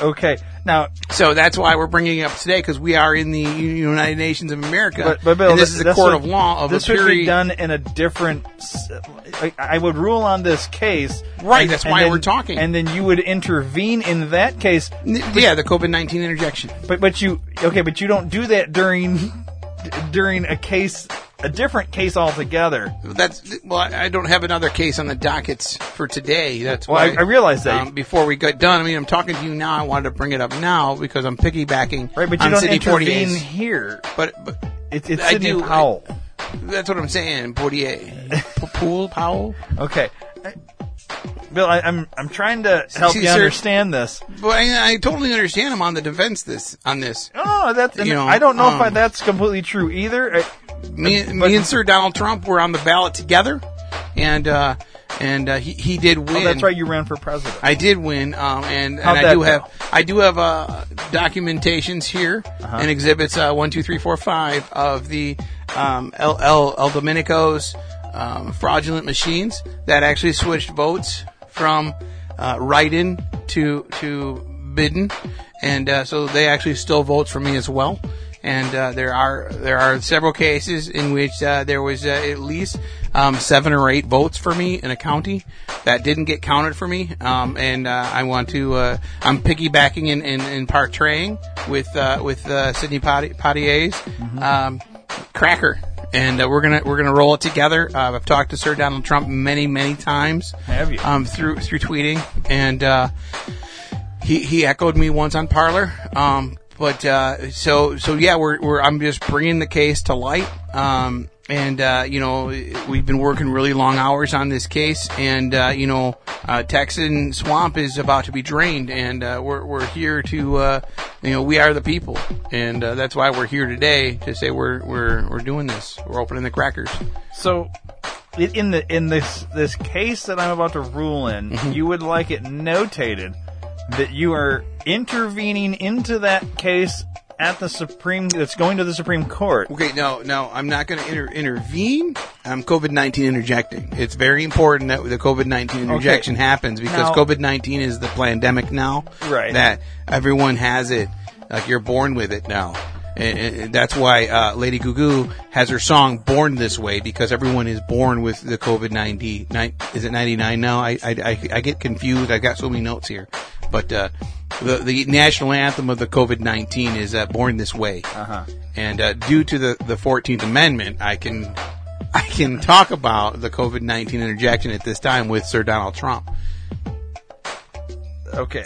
okay, now, So that's why we're bringing it up today because we are in the U- United Nations of America, but, but Bill, and this is a court of would- law of this a would peri- be done in a different. s- I, I would rule on this case, Right, that's why we're talking. and then you would intervene in that case, N- Yeah, the COVID nineteen interjection. but but you okay, but you don't do that during d- during a case, a different case altogether. That's well. I I don't have another case on the dockets for today. That's Well, why I- I realize that. Um, before we got done, I mean, I'm talking to you now. I wanted to bring it up now because I'm piggybacking Right, but you on don't Sidney intervene Poitier. here. But, but It's, it's I Sidney do- I- Powell. that's what I'm saying, Poitier, P- Pool Powell. Okay, I- Bill, I, I'm I'm trying to help See, you sir- understand this. But I, I totally understand him on the defense. This on this. Oh, that's and You know, I don't know if I, um, that's completely true either. I, Me, but- me and Sir Donald Trump were on the ballot together, and uh, and uh, he he did win. oh, that's right, you ran for president. I did win, um, and, and How'd I that do go? have I do have uh, documentations here Uh-huh. and exhibits uh, one, two, three, four, five of the um, El, El, El Domenico's um, fraudulent machines that actually switched votes from uh, write-in to to Biden, and uh, so they actually still votes for me as well. And uh, there are there are several cases in which uh, there was uh, at least um, seven or eight votes for me in a county that didn't get counted for me. Um, and uh, I want to uh, I'm piggybacking and, and, and partraying with uh, with uh, Sydney Potti- Poitier's Mm-hmm. um, cracker. And uh, we're gonna we're gonna roll it together. Uh, I've talked to Sir Donald Trump many many times. Have you? um, through through tweeting and. Uh, he he echoed me once on Parlor. Um, but uh, so so yeah, we're we're I'm just bringing the case to light. Um, and uh, you know we've been working really long hours on this case, and uh, you know uh, Texan swamp is about to be drained, and uh, we're we're here to uh, you know we are the people, and uh, that's why we're here today to say we're we're we're doing this. We're opening the crackers. So, i- in the in this this case that I'm about to rule in, Mhm. you would like it notated that you are intervening into that case at the Supreme. That's going to the Supreme Court. Okay, no, no, I'm not going to inter- intervene. I'm COVID 19 interjecting. It's very important that the COVID 19 interjection happens because Now- COVID 19 is the pandemic now. Right. That everyone has it. Like you're born with it now. And, and- and that's why uh, Lady Goo Goo has her song "Born This Way" because everyone is born with the COVID ninety nine. Is it ninety nine now? I, I I I get confused. I got so many notes here, but uh, the the national anthem of the COVID nineteen is uh, "Born This Way." And uh, due to the the Fourteenth Amendment, I can I can talk about the COVID nineteen interjection at this time with Sir Donald Trump. Okay.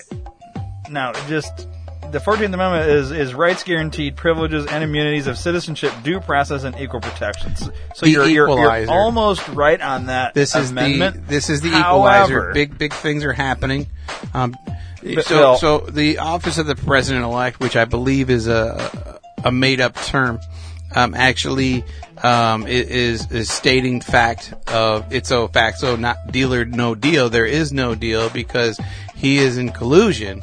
Now, just the Fourteenth Amendment is is rights guaranteed, privileges and immunities of citizenship, due process, and equal protections. So The you're, you're you're equalizer. almost right on that. This is amendment. the this is the However- equalizer. Big big things are happening. Um, so Bill- so the office of the president elect, which I believe is a a made up term, um, actually um, i- is is stating fact of it's so fact so not dealer no deal. There is no deal because he is in collusion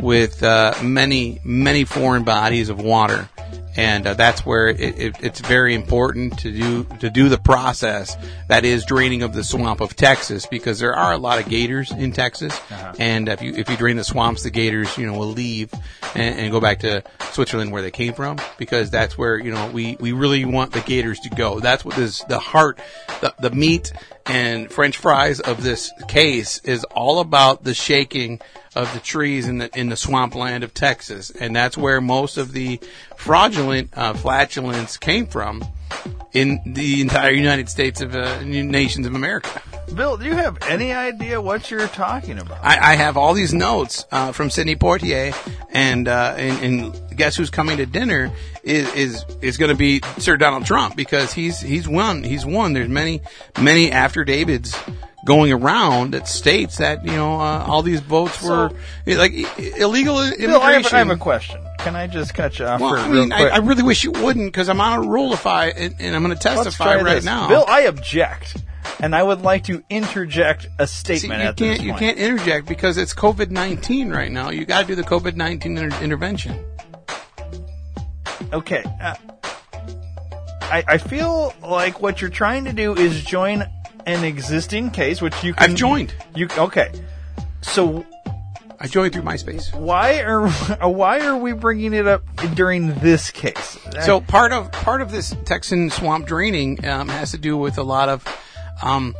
with uh, many many foreign bodies of water and uh, that's where it, it, it's very important to do to do the process that is draining of the swamp of Texas because there are a lot of gators in Texas, and if you if you drain the swamps, the gators you know will leave and, and go back to Switzerland where they came from because that's where you know we we really want the gators to go. That's what is the heart, the, the meat and French fries of this case is all about the shaking of the trees in the in the swampland of Texas, and that's where most of the fraudulent uh, flatulence came from in the entire United States of uh, Nations of America. Bill, do you have any idea what you're talking about? I, I have all these notes uh, from Sydney Portier, and, uh, and and guess who's coming to dinner is is is going to be Sir Donald Trump because he's he's won he's won. There's many many after Davids going around that states that you know uh, all these votes were like i- illegal immigration. Bill, I have, I have a question. Can I just cut you off well, for I real mean, I, quick? I really wish you wouldn't because I'm on a rollify and, and I'm going to Let's testify try right this. now. Bill, I object, and I would like to interject a See, statement you at can't this you point. can't interject because it's COVID nineteen right now. You got to do the COVID nineteen inter- intervention. Okay. Uh, I, I feel like what you're trying to do is join an existing case, which you can. I've joined. You okay? So I joined through MySpace. why are why are we bringing it up during this case? So part of part of this Texan swamp draining um, has to do with a lot of, um,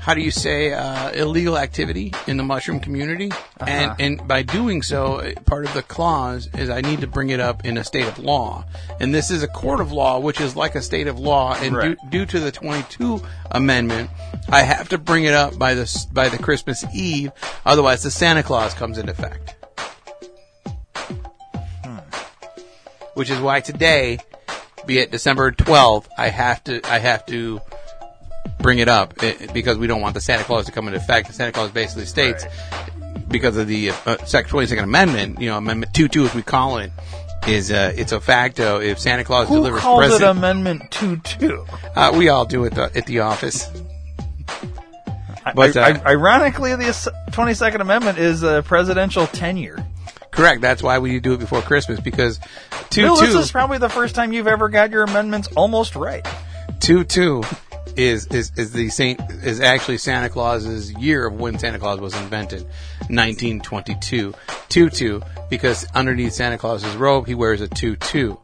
how do you say, uh, illegal activity in the mushroom community, and and by doing so, eh, part of the clause is I need to bring it up in a state of law, and this is a court of law, which is like a state of law, and Right. due, due to the 22 amendment, I have to bring it up by the s- by the Christmas Eve, otherwise the Santa Claus comes into effect. which is why today, be it December 12th, I have to, I have to bring it up eh, because we don't want the Santa Claus to come into effect. The Santa Claus basically states, because of the uh, Section 22nd Amendment, you know, Amendment 22 as we call it, is, uh, it's a facto if Santa Claus who delivers called it present. Amendment Two Two? uh, we all do at the, at the office. But, uh, ironically, the Twenty Second Amendment is a presidential tenure. Correct. That's why we do it before Christmas because 2 Bill, 2. this is probably the first time you've ever got your amendments almost right. two two is is is the Saint is actually Santa Claus's year of when Santa Claus was invented, 1922. Two two because underneath Santa Claus's robe he wears a two two,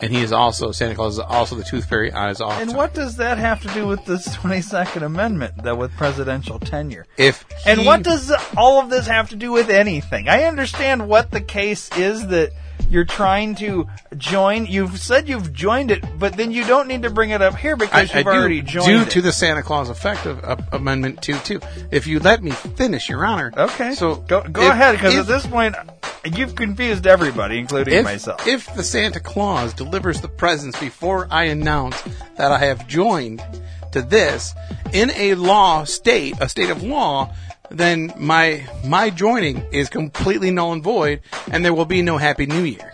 and he is also Santa Claus is also the Tooth Fairy on his off. And time. what does that have to do with this Twenty Second Amendment, though, with presidential tenure? if And he- what does all of this have to do with anything? I understand what the case is that you're trying to join. You've said you've joined it, but then you don't need to bring it up I, here because I you've do, already joined due it. to the Santa Claus effect of, of Amendment two two. If you let me finish, Your Honor. okay, So go go if- ahead because if- at this point you've confused everybody, including if, myself. If the Santa Claus delivers the presents before I announce that I have joined to this in a law state, a state of law, then my my joining is completely null and void, and there will be no Happy New Year.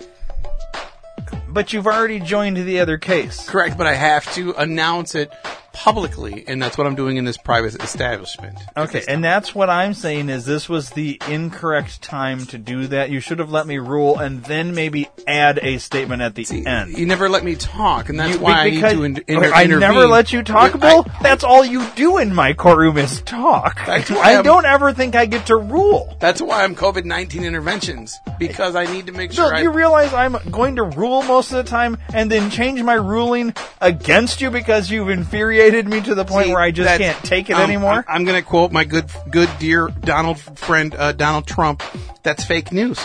but you've already joined the other case. Correct, but I have to announce it publicly, and that's what I'm doing in this private establishment. Okay, and that's what I'm saying is this was the incorrect time to do that. You should have let me rule and then maybe add a statement at the end. You never let me talk, and that's You- why because- I need to in- Okay, inter- I never intervene. let you talk, I- Bill. that's all you do in my courtroom is talk. That's why I I'm- don't ever think I get to rule. That's why I'm COVID nineteen interventions because I need to make sure. Bill, I- you realize I'm going to rule most of the time and then change my ruling against you because you've infuriated me to the point See, where I just that's- can't take it um, anymore? I, am going to quote my good, good dear Donald friend uh, Donald Trump. That's fake news,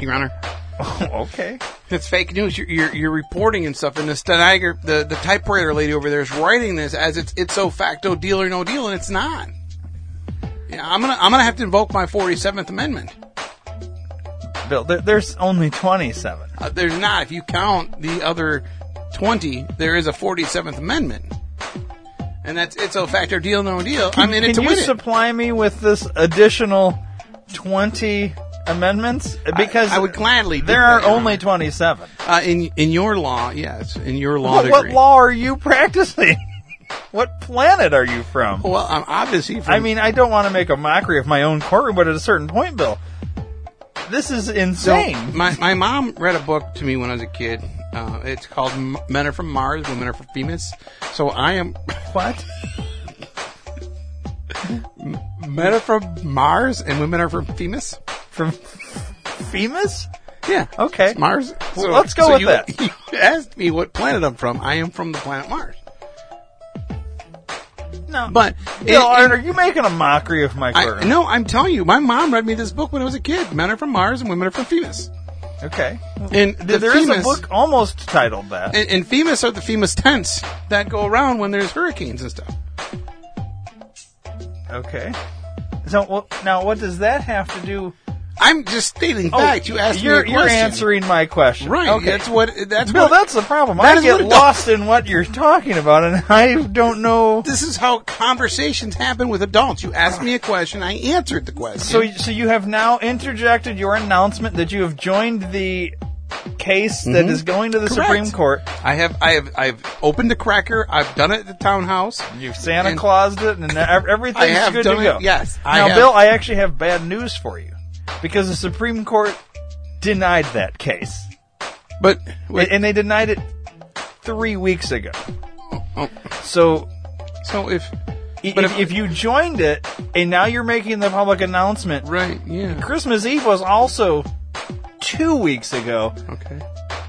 Your Honor. okay. It's fake news. You're, you're, you're reporting and stuff. And the stenographer, the, the typewriter lady over there is writing this as it's it's so facto deal or no deal, and it's not. Yeah, I'm gonna I'm gonna have to invoke my 47th Amendment. Bill, there, there's only 27. Uh, there's not. If you count the other 20, there is a 47th Amendment, and that's it's a facto deal no deal. I'm in it Can to you win it. supply me with this additional 20 amendments? Because I would gladly do There are that, Your only Honor. 27. Uh, in in your law, yes, in your law What, what degree. law are you practicing? what planet are you from? Well, I'm obviously. From, I mean, I don't want to make a mockery of my own courtroom, but at a certain point, Bill, this is insane. my my mom read a book to me when I was a kid. Uh, it's called M- "Men Are From Mars, Women Are From Venus." So I am what? men are from Mars and women are from Venus. From Femus? Yeah. Okay. It's Mars. Well, let's go with you, that. You asked me what planet I'm from. I am from the planet Mars. No. But Bill, in- are, in- are you making a mockery of my courtroom? I, no, I'm telling you, my mom read me this book when I was a kid. Men are from Mars and women are from Venus. Okay. And the There is a Themis- book almost titled that. And, and FEMAs are the FEMA's tents that go around when there's hurricanes and stuff. Okay. So well, now, what does that have to do? I'm just stating facts. You Oh, asked Oh, you're, me a you're question. answering my question, Right. Okay. That's what. That's Bill, what. that's the problem. That I is what get it- lost in what you're talking about, and I don't know. this is how conversations happen with adults. You asked me a question, I answered the question. So, so you have now interjected your announcement that you have joined the case that is going to the Mm-hmm. Correct. Supreme Court. I have, I have, I've opened the cracker. I've done it at the townhouse. You've Santa And- Claused it, and e- I everything's have good done to it, go. yes. I Now, have- Bill, I actually have bad news for you because the Supreme Court denied that case, But wait, and and they denied it three weeks ago. So so if, if, But if, if- if you joined it and now you're making the public announcement, right? Yeah. Christmas Eve was also two weeks ago. Okay.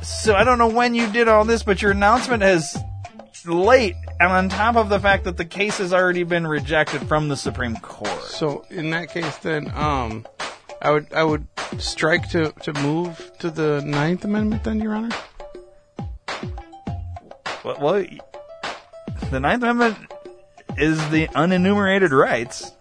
So I don't know when you did all this, but your announcement is late, and on top of the fact that the case has already been rejected from the Supreme Court. So in that case, then, um, I would, I would strike to to move to the Ninth Amendment, then, Your Honor. Well, well the Ninth Amendment is the unenumerated rights.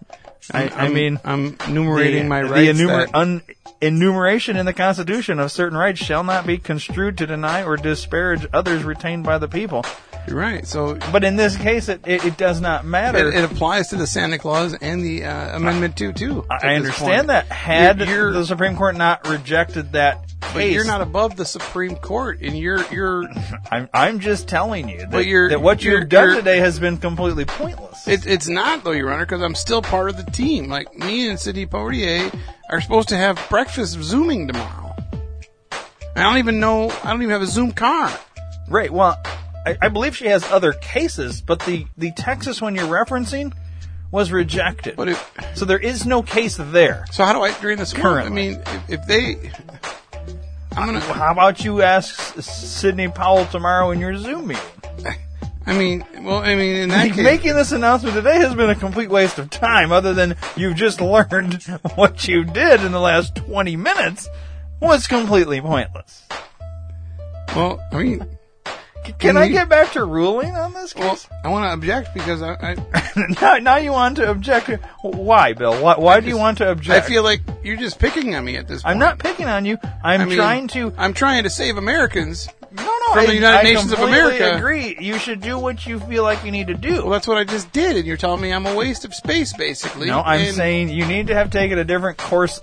I, I I'm- mean, I'm enumerating the, my the rights. enumer- uh, that- un- enumeration in the Constitution of certain rights shall not be construed to deny or disparage others retained by the people. You're right. So. But in this case, it, it, it does not matter. It, it applies to the Santa Claus and the uh, Amendment too, too. at I I this point. understand that. Had You're- you're- the Supreme Court not rejected that case, but you're not above the Supreme Court, and you're you're I'm, I'm just telling you that, But you're- that what you're- you've done you're- today has been completely pointless. It, it's not though, Your Honor, because I'm still part of the team. Like me and Cindy Poitier are supposed to have breakfast zooming tomorrow. I don't even know. I don't even have a Zoom car. right. Well, I, I believe she has other cases, but the, the Texas one you're referencing was rejected. But if, so there is no case there. so how do I during this current? I Currently. mean, if, if they, I'm gonna. How about you ask S- Sidney Powell tomorrow in your Zoom meeting? I mean, well, I mean, in that Like, case, making this announcement today has been a complete waste of time, other than you've just learned what you did in the last 20 minutes was completely pointless. well, I mean, C- Can, Can I you- get back to ruling on this well, case? I want to object because I, I, now, now you want to object. to- Why, Bill? Why, why do you want to I object? feel like you're just picking on me at this. point. I'm not picking on you. I'm I mean, trying to. I'm trying to save Americans. No, no. from I, the United I Nations of completely America. agree. You should do what you feel like you need to do. Well, that's what I just did, and you're telling me I'm a waste of space, basically. no, I'm And- saying you need to have taken a different course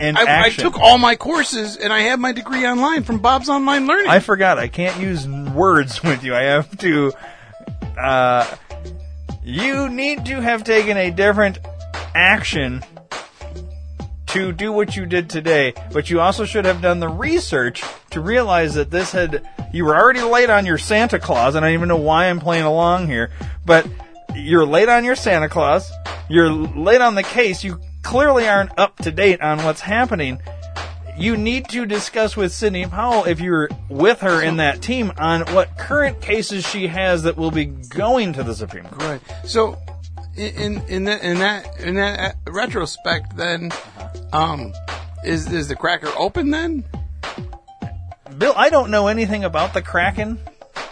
in I, I action. took all my courses and I have my degree online from Bob's Online Learning. I forgot. I can't use words with you. I have to. Uh, you need to have taken a different action to do what you did today, but you also should have done the research to realize that this had. You were already late on your Santa Claus, and I don't even know why I'm playing along here, but you're late on your Santa Claus. You're late on the case. You clearly aren't up to date on what's happening you need to discuss with Sydney Powell if you're with her in that team on what current cases she has that will be going to the Supreme Court. right. So, in in that in that in that uh, retrospect, then, um, is is the cracker open then? Bill, I don't know anything about the Kraken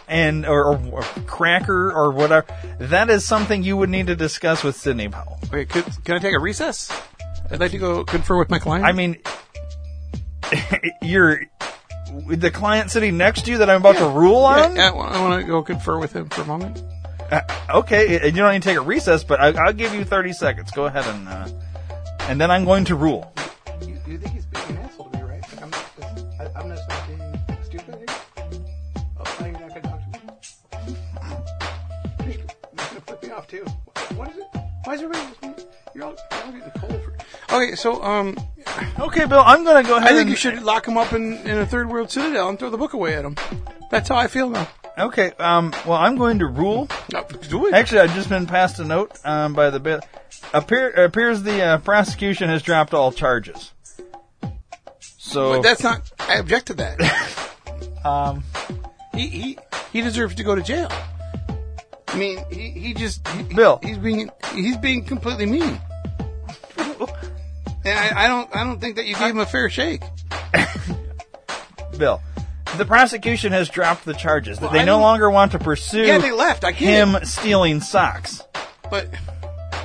and or, or, or Cracker or whatever. That is something you would need to discuss with Sydney Powell. Okay, could, can I take a recess? I'd like to go confer with my client. I mean, you're with the client sitting next to you that I'm about to rule Yeah, on. yeah, I, want to go confer with him for a moment. Okay, and you don't need to take a recess, but I, I'll give you 30 seconds. Go ahead and uh, and then I'm going to rule. You, you think he's being an asshole to me, right? I'm not just, I, I'm not just being stupid here. Oh, now you're not going to talk to me. You're going to flip me off, too. What is it? Why is everybody just... You're all, you're all getting cold. For... Okay, so, um, Okay, Bill, I'm going to go ahead. I think and- you should lock him up in, in a third world citadel and throw the book away at him. That's how I feel now. Okay. Um. Well, I'm going to rule. No, do it. Actually, I've just been passed a note um, by the bail. Appear, appears the uh, prosecution has dropped all charges. So But that's not... I object to that. um... He, he, he deserves to go to jail. I mean, he, he just... he- Bill. He's being he's being completely mean. And I, I don't I don't think that you gave him a fair shake. Bill, the prosecution has dropped the charges that Well, they I no don't- longer want to pursue Yeah, they left. I get him it. stealing socks. But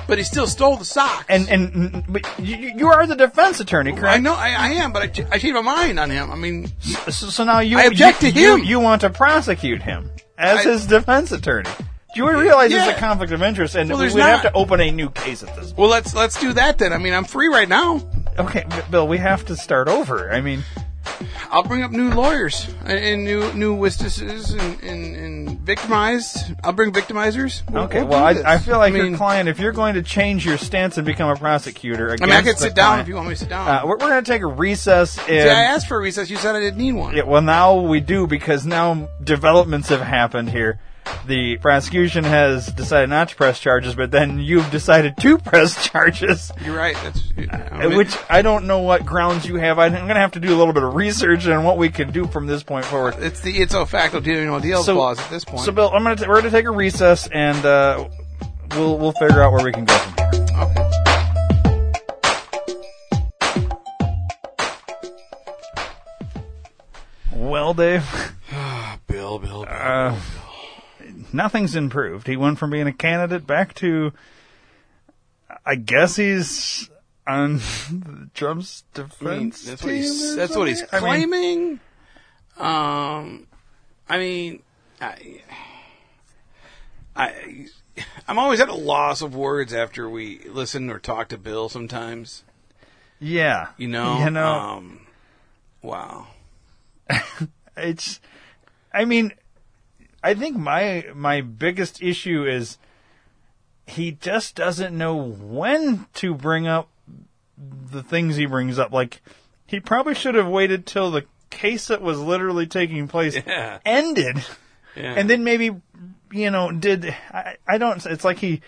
but he still stole the socks. And and but you, you are the defense attorney, correct? I know I, I am, but I, ch- I changed my mind on him. I mean, So, so now you I object you, to you- him. You, want to prosecute him as I- his defense attorney. Do you realize it's Yeah. a conflict of interest, and Well, we there's would have not. to open a new case at this? well, let's let's do that then. I mean, I'm free right now. Okay, B- Bill, we have to start over. I mean, I'll bring up new lawyers and, and new new witnesses and, and, and victimized. I'll bring victimizers. We'll- okay. we'll Well, do I, this. I feel like mean, your client, if you're going to change your stance and become a prosecutor, I mean, I could sit down if you want me to sit down. Uh, we're we're going to take a recess. And, See, I asked for a recess. You said I didn't need one. Yeah, well, now we do because now developments have happened here. The prosecution has decided not to press charges, but then you've decided to press charges, You're right. That's I mean, Uh, which I don't know what grounds you have. I'm going to have to do a little bit of research on what we can do from this point forward. it's the it's a facto deal, you know, deal clause at this point. So, Bill, I'm going to we're going to take a recess and uh, we'll we'll figure out where we can go from here. okay. Well, Dave, Bill, Bill, Bill. nothing's improved. He went from being a candidate back to, I guess he's on Trump's defense. I mean, that's what team he's or that's what he's something? I mean- claiming. um, I mean, I, I, I'm always at a loss of words after we listen or talk to Bill. Sometimes, Yeah, you know, you know, um, wow. it's. I mean, I think my my biggest issue is he just doesn't know when to bring up the things he brings up. Like he probably should have waited till the case that was literally taking place Yeah. ended. Yeah. and then maybe you know did I, I don't it's like he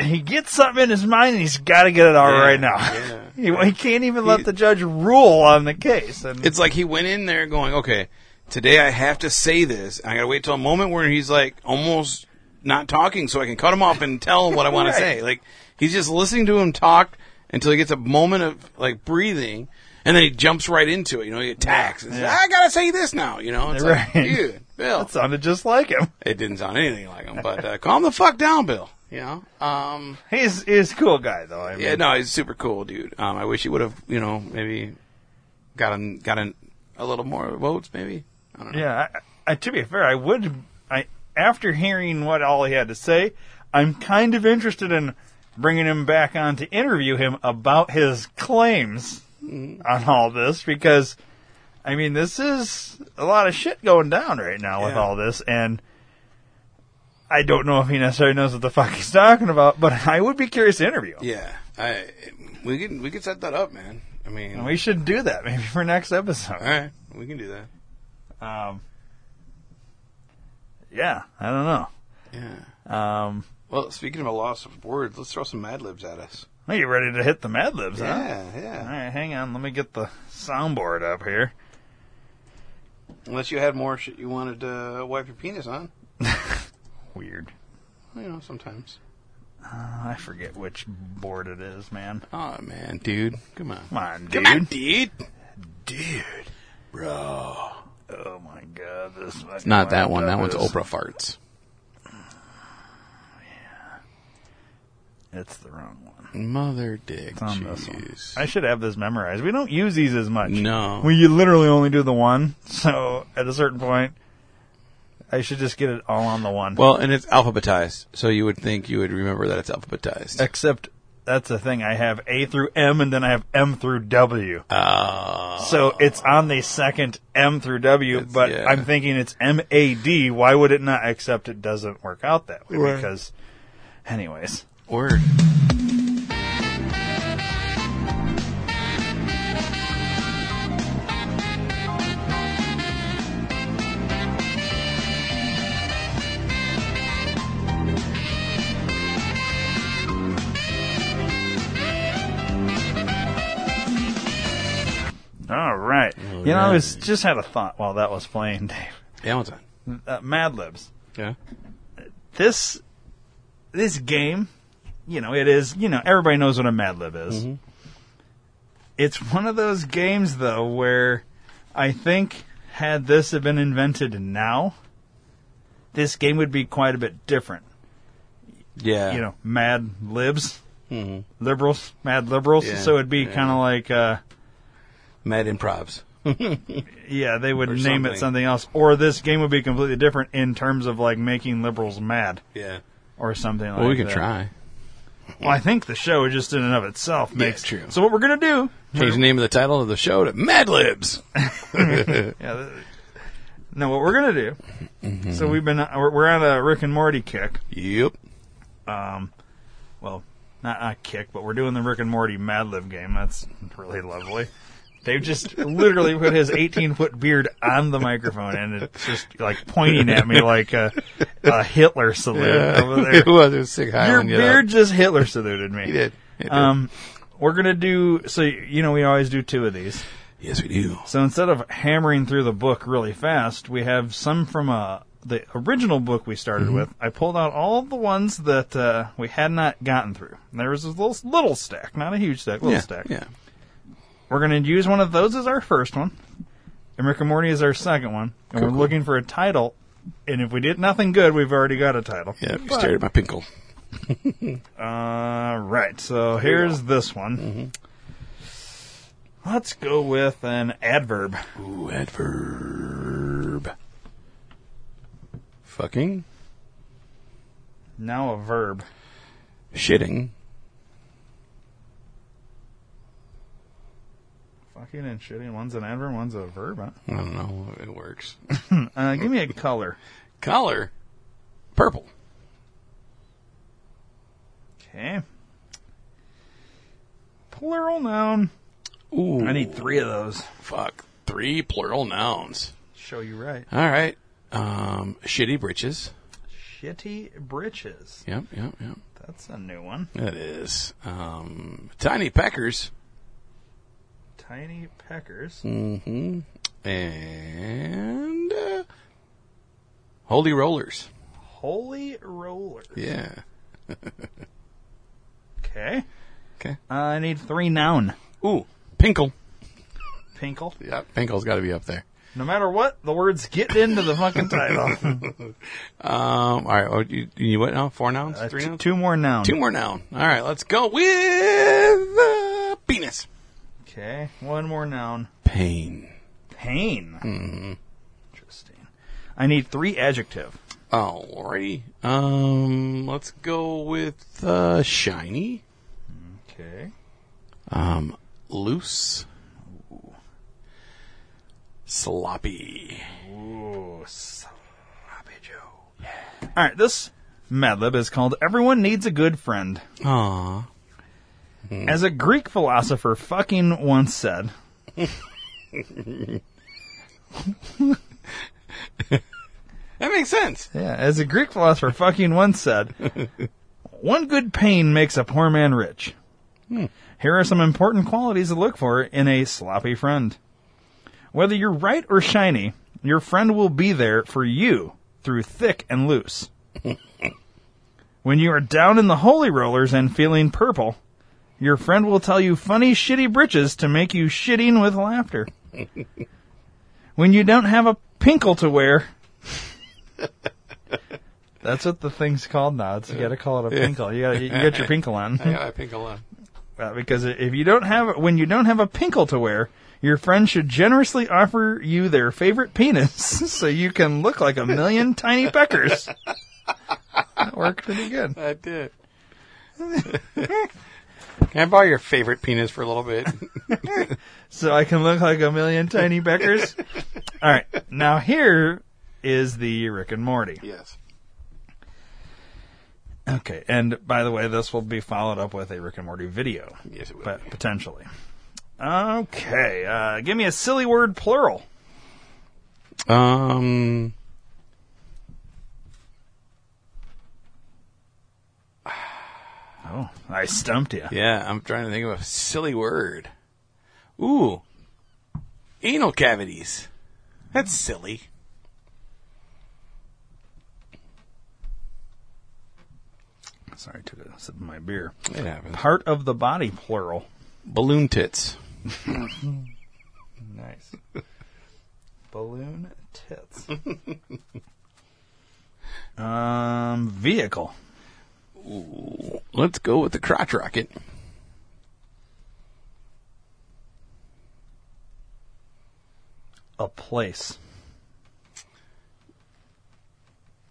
he gets something in his mind and he's got to get it out Yeah, right now he, he can't even let the judge rule on the case and It's like he went in there going, okay, today I have to say this. and I got to wait till a moment where he's like almost not talking so I can cut him off and tell him what I want Right. to say. Like he's just listening to him talk until he gets a moment of like breathing and then he jumps right into it. You know, he attacks. And says, I got to say this now. You know, it's Right. like, dude, Bill. that sounded just like him it didn't sound anything like him, but uh, calm the fuck down, Bill. You know, um, he's he's a cool guy though I mean, yeah, no, he's super cool, dude. Um, I wish he would have, you know, maybe gotten gotten a little more votes, maybe. I don't know. yeah I, I, to be fair i would i after hearing what all he had to say i'm kind of interested in bringing him back on to interview him about his claims Mm. on all this because i mean this is a lot of shit going down right now with Yeah. all this and i don't know if he necessarily knows what the fuck he's talking about but i would be curious to interview him Yeah, I we can we can set that up, man. I mean, And we should do that maybe for next episode all right, we can do that. um, yeah i don't know Yeah. um, Well, speaking of a loss of words, let's throw some Mad Libs at us. Are you ready to hit the Mad Libs, huh? Yeah, All yeah. right, hang on. Let me get the soundboard up here. Unless you had more shit you wanted to wipe your penis on, Weird. Uh, you know, sometimes. I forget which board it is, man. Oh man, dude, come on, Come on, dude. come on, dude, dude, bro. Oh my god, this is Not that one. That one's Oprah farts. It's the wrong one. Mother dick. It's on this one. jeez. I should have this memorized. We don't use these as much. No. We literally only do the one. So at a certain point, I should just get it all on the one. Well, and it's alphabetized, so you would think you would remember that it's alphabetized. except that's the thing. I have A through M, and then I have M through W. Uh, So it's on the second M through W, It's- but yeah. I'm thinking it's M A D. Why would it not? Except it doesn't work out that way Right. because, anyways, word. all right. you know, I was just had a thought while that was playing, Dave. Amazon. Uh, Mad Libs. Yeah. This this game, you know, it is. You know, everybody knows what a Mad Lib is. Mm-hmm. It's one of those games though where I think had this have been invented now, this game would be quite a bit different. Yeah. Mm-hmm. you know, mad libs, liberals, mad liberals. Yeah, So it'd be yeah. kind of like, uh, Mad improvs. yeah, they would Or name it something. something else, or this game would be completely different in terms of like making liberals mad Yeah. or something like that. Well, we can try. Well, I think the show just in and of itself makes true. So what we're gonna do? Change the name of the title of the show to Mad Libs. Yeah. th- No, what we're gonna do? Mm-hmm. So we've been we're we're on a Rick and Morty kick. yep. well, not a kick, but we're doing the Rick and Morty Mad Lib game. That's really lovely. They've just literally put his 18 foot beard on the microphone and it's just like pointing at me like a, a Hitler salute over there. it was. It was sick. Your Highland, you know. beard just Hitler saluted me. He did. He did. Um, we're going to do, so, you know, we always do two of these. yes, we do. So instead of hammering through the book really fast, we have some from uh, the original book we started Mm-hmm. with. I pulled out all the ones that uh, we had not gotten through. There was a little, little stack, not a huge stack, little Yeah. stack. Yeah. We're going to use one of those as our first one, and Rick and Morty is our second one, and we're looking for a title. And if we did nothing good, we've already got a title. Yeah. You stared at my pinkle. All right, so here's this one. Mm-hmm. Let's go with an adverb. Ooh, adverb. Fucking. Now a verb. Shitting. Fucking and shitting. One's an adverb, one's a verb. Huh? I don't know. It works. Uh, give me a color. Collar. Purple. Okay. Plural noun. Ooh. I need three of those. Fuck. Three plural nouns. Show you right. All right. Um, shitty britches. Shitty britches. Yep, yep, yep. That's a new one. That is. Um, tiny peckers. Tiny peckers. Mm-hmm. And uh, holy rollers. Holy roller. Yeah. Okay. Okay. Uh, I need three noun. Ooh, pinkle. Pinkle. Yeah, pinkle's got to be up there. No matter what, the words get into the fucking title. Um, all right. Oh, you, you what now? Four nouns? Uh, Three t- nouns? two more noun. Two more noun. All right, let's go with uh, penis. Okay. One more noun. Pain. Pain. Interesting. I need three adjective. Alrighty. Um, let's go with uh, shiny, Okay. um, loose, sloppy. Ooh, sloppy Joe. All right, this Mad Lib is called Everyone Needs a Good Friend. Aw. As a Greek philosopher fucking once said, That makes sense. yeah, as a Greek philosopher fucking once said, one good pain makes a poor man rich. Here are some important qualities to look for in a sloppy friend. Whether you're right or shiny, your friend will be there for you through thick and loose. when you are down in the holy rollers and feeling purple, your friend will tell you funny, shitty britches to make you shitting with laughter. when you don't have a pinkle to wear, that's what the thing's called now. It's, you got to call it a pinkle. You got you, you got your pinkle on. Yeah, I pinkle on. Uh, because if you don't have when you don't have a pinkle to wear, your friend should generously offer you their favorite penis so you can look like a million tiny peckers. That worked pretty good. I did. Can I borrow your favorite penis for a little bit? So I can look like a million tiny peckers. All right, now here is the Rick and Morty. yes. Okay, and by the way, this will be followed up with a Rick and Morty video, Yes, it will. but potentially. Okay, uh, give me a silly word plural. Um. Oh, I stumped you. Yeah, I'm trying to think of a silly word. Ooh, anal cavities. That's silly. Sorry, took a sip of my beer. It happens. Part of the body, plural. Balloon tits. Nice. Balloon tits. um, vehicle. Let's go with the crotch rocket. A place.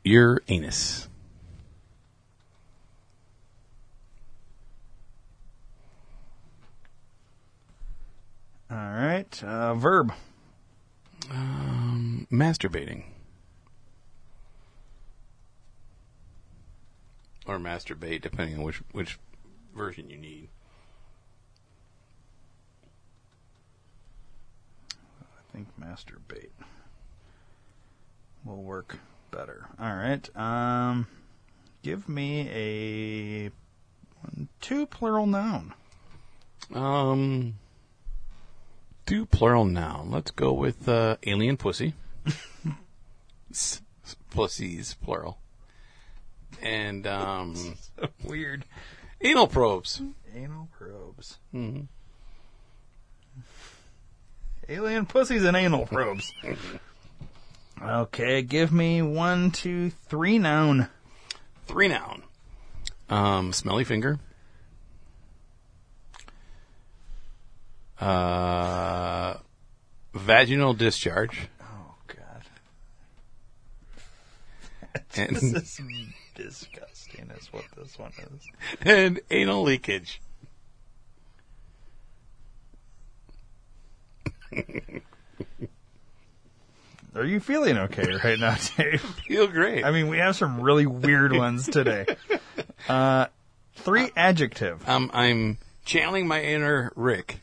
Your anus. All right. Uh, verb. Masturbating. Or masturbate, depending on which which version you need. I think masturbate will work better. All right. Um, give me a one, two plural noun. Um, do plural noun. Let's go with uh, alien pussy. S- s- Pussies, plural. And um, Weird. anal probes. Anal probes. Mhm. Alien pussies and anal probes. okay, give me one, two, three noun. Three noun. Um, smelly finger. Uh, vaginal discharge. Oh god, this And, is disgusting. Is what this one is. and anal leakage. Are you feeling okay right now, Dave? Feel great. I mean, we have some really weird ones today. Uh, three adjective. um, I'm channeling my inner Rick.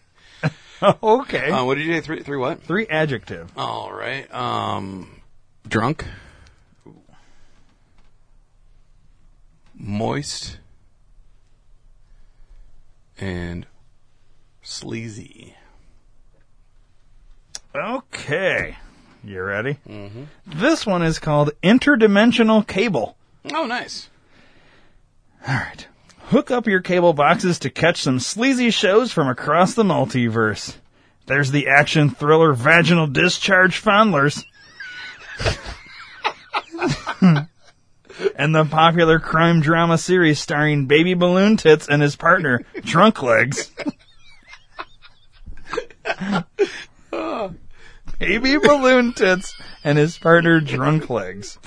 okay. Um, Uh, what did you say? Three, three what? three adjective. All right. Um, drunk. Moist. And sleazy. Okay. You ready? Mm-hmm. This one is called interdimensional cable. Oh, nice. All right. Hook up your cable boxes to catch some sleazy shows from across the multiverse. There's the action thriller Vaginal Discharge Fondlers. and the popular crime drama series starring Baby Balloon Tits and his partner, Drunk Legs. Baby Balloon Tits and his partner, Drunk Legs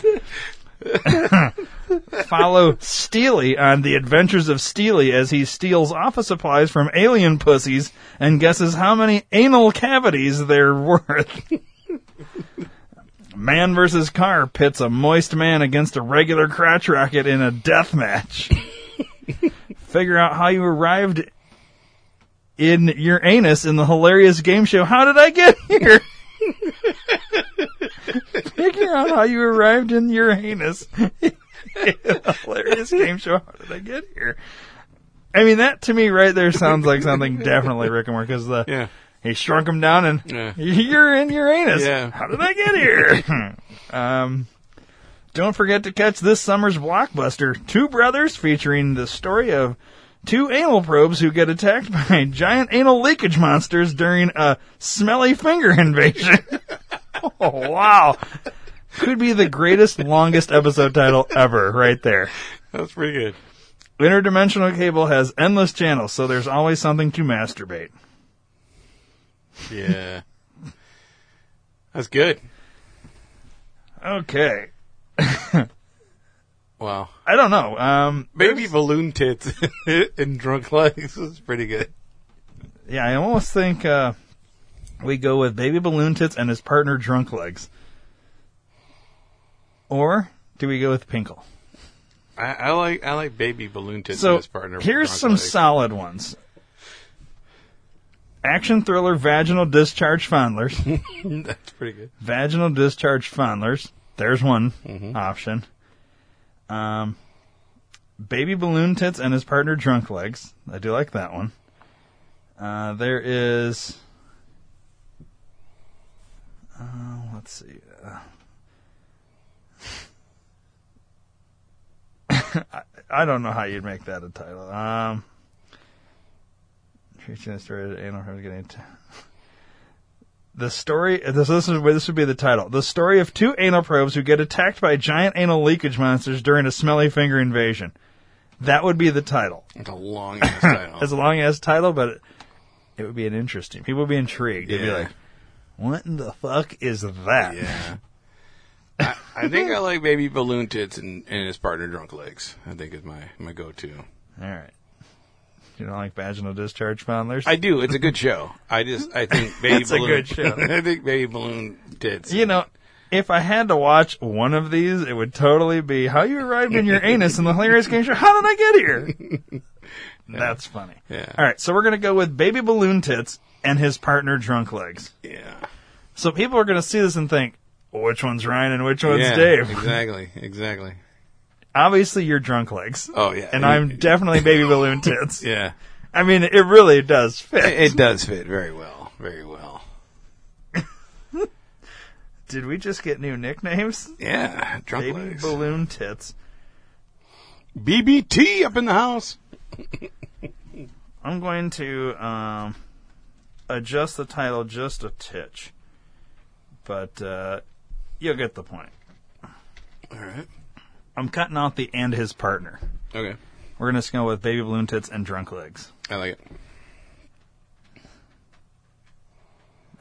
follow Steely on the adventures of Steely as he steals office supplies from alien pussies and guesses how many anal cavities they're worth. Man versus car pits a moist man against a regular crotch rocket in a death match. Figure out how you arrived in your anus in the hilarious game show How Did I Get Here? Figure out how you arrived in your anus hilarious game show. How did I get here? I mean, that to me right there sounds like something definitely Rick and Morty because the Yeah. he shrunk him down and Yeah. you're in Uranus. Yeah. How did I get here? um, don't forget to catch this summer's blockbuster, Two Brothers, featuring the story of two anal probes who get attacked by giant anal leakage monsters during a smelly finger invasion. oh wow. Could be the greatest, longest episode title ever, right there. That's pretty good. Interdimensional cable has endless channels, so there's always something to masturbate. Yeah. That's good. Okay. Wow. I don't know. Um, Baby balloon tits and drunk legs is pretty good. yeah, I almost think uh, we go with Baby Balloon Tits and his partner Drunk Legs. Or do we go with Pinkle? I, I like I like baby balloon tits and So his partner. here's drunk some legs. solid ones. Action thriller vaginal discharge fondlers. That's pretty good. vaginal discharge fondlers. There's one option. Um, baby balloon tits and his partner drunk legs. I do like that one. Uh, there is. Uh, let's see. Uh, I, I don't know how you'd make that a title. Um, Here's the story of anal herpes getting attacked. The story. This this is this would be the title. The story of two anal probes who get attacked by giant anal leakage monsters during a smelly finger invasion. That would be the title. It's a long ass title. As long as title, but it, it would be an interesting. People would be intrigued. They'd be Yeah. like, "What in the fuck is that?" Yeah. I, I think I like baby balloon tits and, and his partner drunk legs. I think is my, my go to. All right. You don't like vaginal discharge fondlers? I do. It's a good show. I just I think baby It's a balloon. good show. I think baby balloon tits. you know, if I had to watch one of these, it would totally be how you arrived in your anus in the hilarious game show. How did I get here? That's funny. Yeah. All right, so we're gonna go with baby balloon tits and his partner drunk legs. Yeah. So people are gonna see this and think, which one's Ryan and which one's yeah, Dave? Exactly. Exactly. Obviously, you're drunk legs, Oh yeah. and I'm definitely baby balloon tits. yeah. I mean, it really does fit. It, it does fit very well. Very well. Did we just get new nicknames? Yeah. Drunk Baby legs. balloon tits. BBT up in the house. I'm going to um, adjust the title just a titch, but uh, you'll get the point. All right. I'm cutting out the and his partner. Okay. We're gonna just go with baby balloon tits and drunk legs. I like it.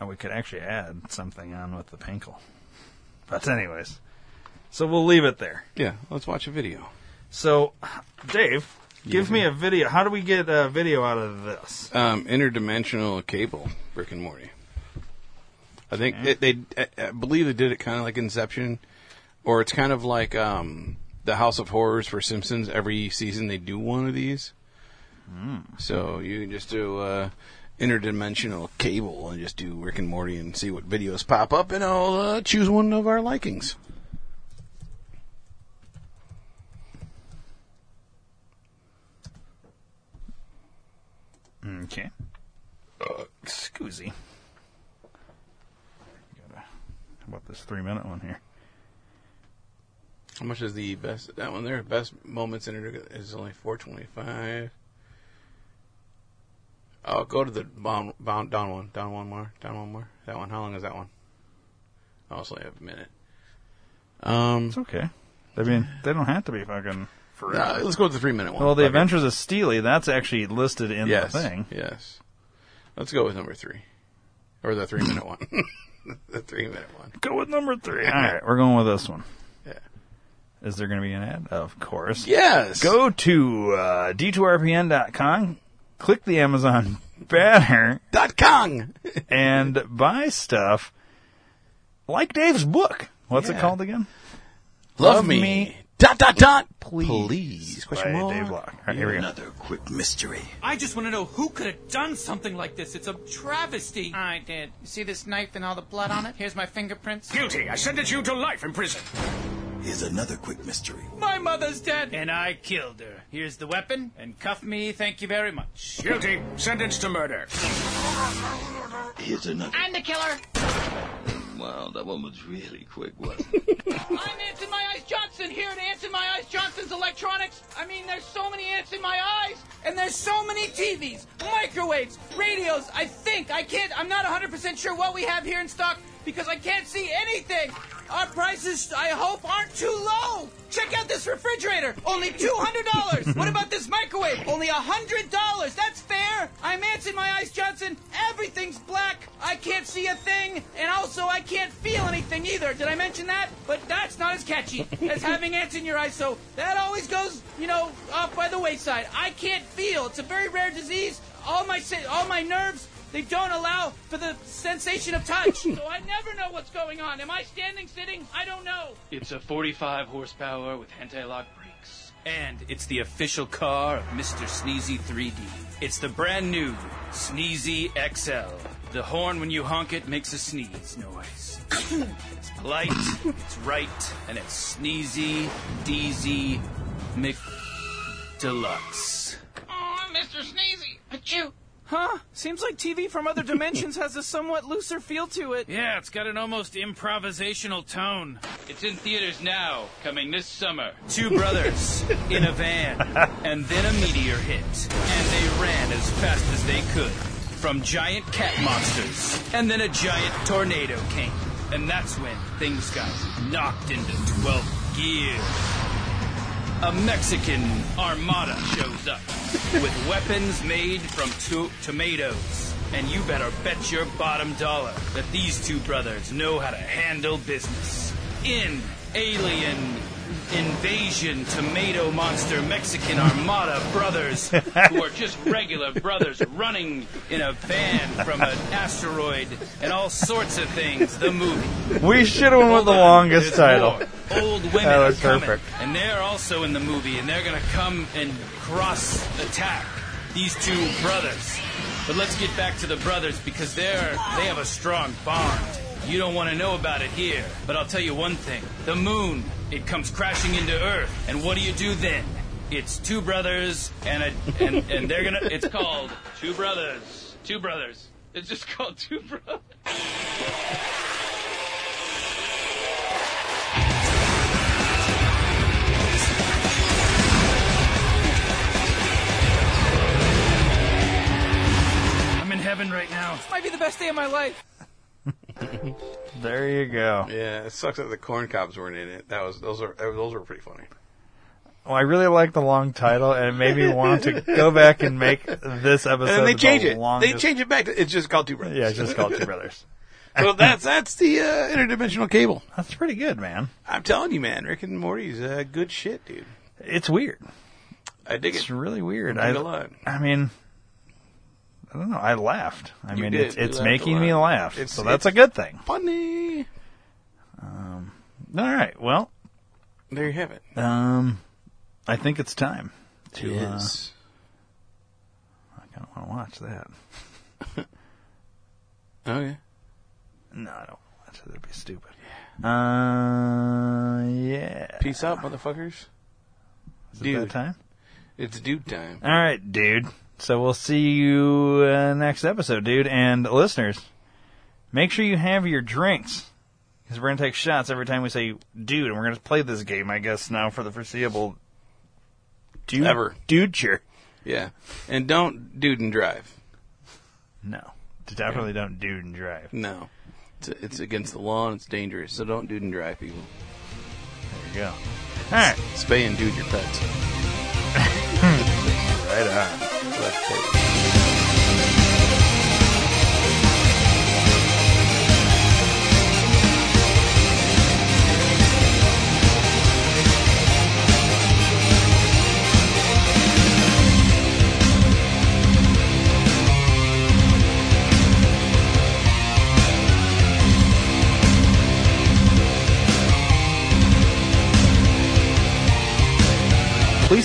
And we could actually add something on with the pinkle. But anyways, so we'll leave it there. Yeah. Let's watch a video. So, Dave, give me a video. How do we get a video out of this? Um, interdimensional cable, Rick and Morty. I think they, they, I- I believe they did it kind of like Inception, or it's kind of like um, the House of Horrors for Simpsons. Every season they do one of these, so you can just do uh, interdimensional cable and just do Rick and Morty and see what videos pop up, and I'll uh, choose one of our likings. Okay. Excuse me. Gotta- How about this three minute one here? How much is the best? That one there, best moments in is only four twenty-five. Oh, go to the bound, bound, down one, down one more, down one more. That one. How long is that one? Oh, it's only a minute. Um, It's okay. I mean, they don't have to be fucking forever. uh, let's go to the three-minute one. well, The Fuck it. Adventures of Steely, that's actually listed in Yes, the thing. yes. Let's go with number three, or the three-minute one. the three-minute one. Go with number three. All right, we're going with this one. Yeah. Is there going to be an ad? Of course. Yes. Go to uh, d2rpn.com, click the Amazon banner, dot Kong. and buy stuff like Dave's book. What's it Yeah. called again? Love, me. Dot dot dot. Please. By Dave Locke. All right, here we go. Another quick mystery. I just want to know who could have done something like this. It's a travesty. I did. You see this knife and all the blood on it? Here's my fingerprints. Guilty. I sentence you to life in prison. Here's another quick mystery. My mother's dead. And I killed her. Here's the weapon, and cuff me, thank you very much. Guilty. Sentenced to murder. Here's another. I'm the killer! Wow, that one was really quick, wasn't it? I'm Ants in My Eyes Johnson here at Ants in My Eyes Johnson's Electronics. I mean, there's so many ants in my eyes, and there's so many TVs, microwaves, radios. I think I can't. I'm not 100% sure what we have here in stock because I can't see anything. Our prices, I hope, aren't too low. Check out this refrigerator, only $200. what about this microwave? Only $100. That's fair. I'm Ants in My Eyes Johnson. Everything's black. I can't see a thing, and also I can't feel anything either. Did I mention that? But that's not as catchy as having ants in your eyes, so that always goes, you know, off by the wayside. I can't feel. It's a very rare disease. All my se- all my nerves they don't allow for the sensation of touch. so I never know what's going on. Am I standing, sitting? I don't know. It's a 45 horsepower with anti-lock brakes. And it's the official car of Mr. Sneezy 3D. It's the brand new Sneezy XL. The horn, when you honk it, makes a sneeze noise. it's polite, it's right, and it's Sneezy DZ Mc Deluxe. Oh, Mr. Sneezy, achoo. Huh? Seems like TV from other dimensions has a somewhat looser feel to it. Yeah, it's got an almost improvisational tone. It's in theaters now, coming this summer. Two brothers in a van, and then a meteor hit, and they ran as fast as they could from giant cat monsters, and then a giant tornado came. And that's when things got knocked into 12th gear. a Mexican armada shows up with weapons made from to- tomatoes. And you better bet your bottom dollar that these two brothers know how to handle business. In Alien Invasion Tomato Monster Mexican Armada brothers, who are just regular brothers running in a van from an asteroid and all sorts of things, the movie. We should have went with the Hold on, longest there's title. more. Old women That are was coming, perfect. and they're also in the movie, and they're gonna come and cross attack these two brothers. But let's get back to the brothers because they're they have a strong bond. You don't want to know about it here, but I'll tell you one thing: the moon it comes crashing into Earth, and what do you do then? It's two brothers, and a, and and they're gonna. It's called Two Brothers. Two Brothers. It's just called Two Brothers. I'm in heaven right now. Might be the best day of my life. There you go. Yeah, it sucks that the corn cobs weren't in it. That was those are those were pretty funny. Well, Oh, I really like the long title, and it made me want to go back and make this episode. And then they the change it. Longest... They change it back. To, it's just called Two Brothers. Yeah, it's just called Two Brothers. so that's that's the uh, interdimensional cable. That's pretty good, man. I'm telling you, man, Rick and Morty's uh, good shit, dude. It's weird. I dig It's it. really weird. I I, dig a lot. I mean, I don't know. I laughed. I You mean, did. it's, You it's laughed a making me lot. laugh. It's- so that's a it's- good thing. Funny. All right. Well, There you have it. um, I think it's time to. Uh, Yes. I kind of want to watch that. okay. No, I don't want to watch it. That'd be stupid. Uh, yeah. Peace out, motherfuckers. Is it Dude, that time? it's dude time. All right, dude. So we'll see you uh, next episode, dude. And listeners, make sure you have your drinks because we're gonna take shots every time we say "dude," and we're gonna play this game, I guess, now for the foreseeable. Dude, Ever. dudeture. Yeah. And don't dude and drive. No, definitely don't dude and drive. No. It's, it's against the law and it's dangerous. So don't dude and drive, people. There you go. All right, Spay and dude your pets. right on. Left foot. Please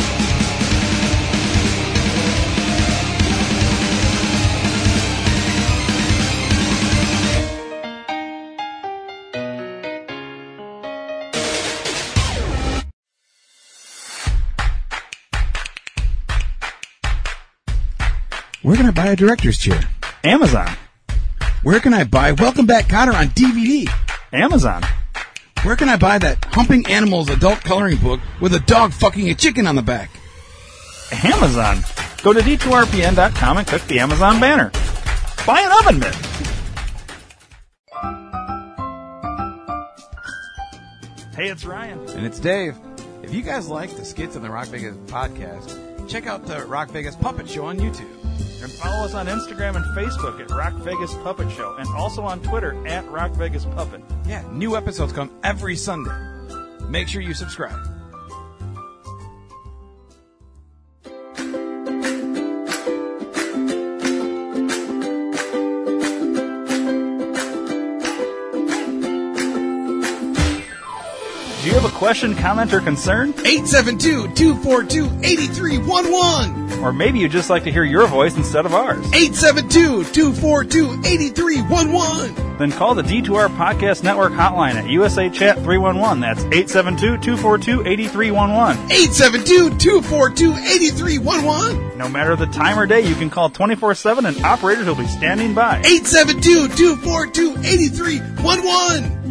Where can I buy a director's chair? Amazon. Where can I buy Welcome Back Cotter on DVD? Amazon. Where can I buy that Humping Animals adult coloring book with a dog fucking a chicken on the back? Amazon. Go to D2RPN.com and click the Amazon banner. Buy an oven mitt. Hey, it's Ryan. And it's Dave. If you guys like the skits on the Rock Vegas podcast, check out the Rock Vegas Puppet Show on YouTube. And follow us on Instagram and Facebook at Rock Vegas Puppet Show and also on Twitter at Rock Vegas Puppet. Yeah, new episodes come every Sunday. Make sure you subscribe. Do you have a question, comment, or concern? 872 242 8311. Or maybe you'd just like to hear your voice instead of ours? 872 242 8311. Then call the D2R Podcast Network hotline at USA Chat 311. That's 872 242 8311. 872 242 8311. No matter the time or day, you can call 24 7 and operators will be standing by. 872 242 8311.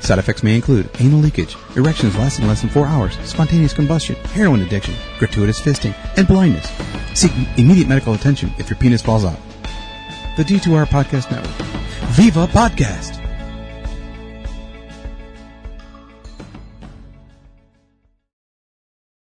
Side effects may include anal leakage, erections lasting less than four hours, spontaneous combustion, heroin addiction, gratuitous fisting, and blindness. Seek immediate medical attention if your penis falls out. The D2R Podcast Network. Viva Podcast!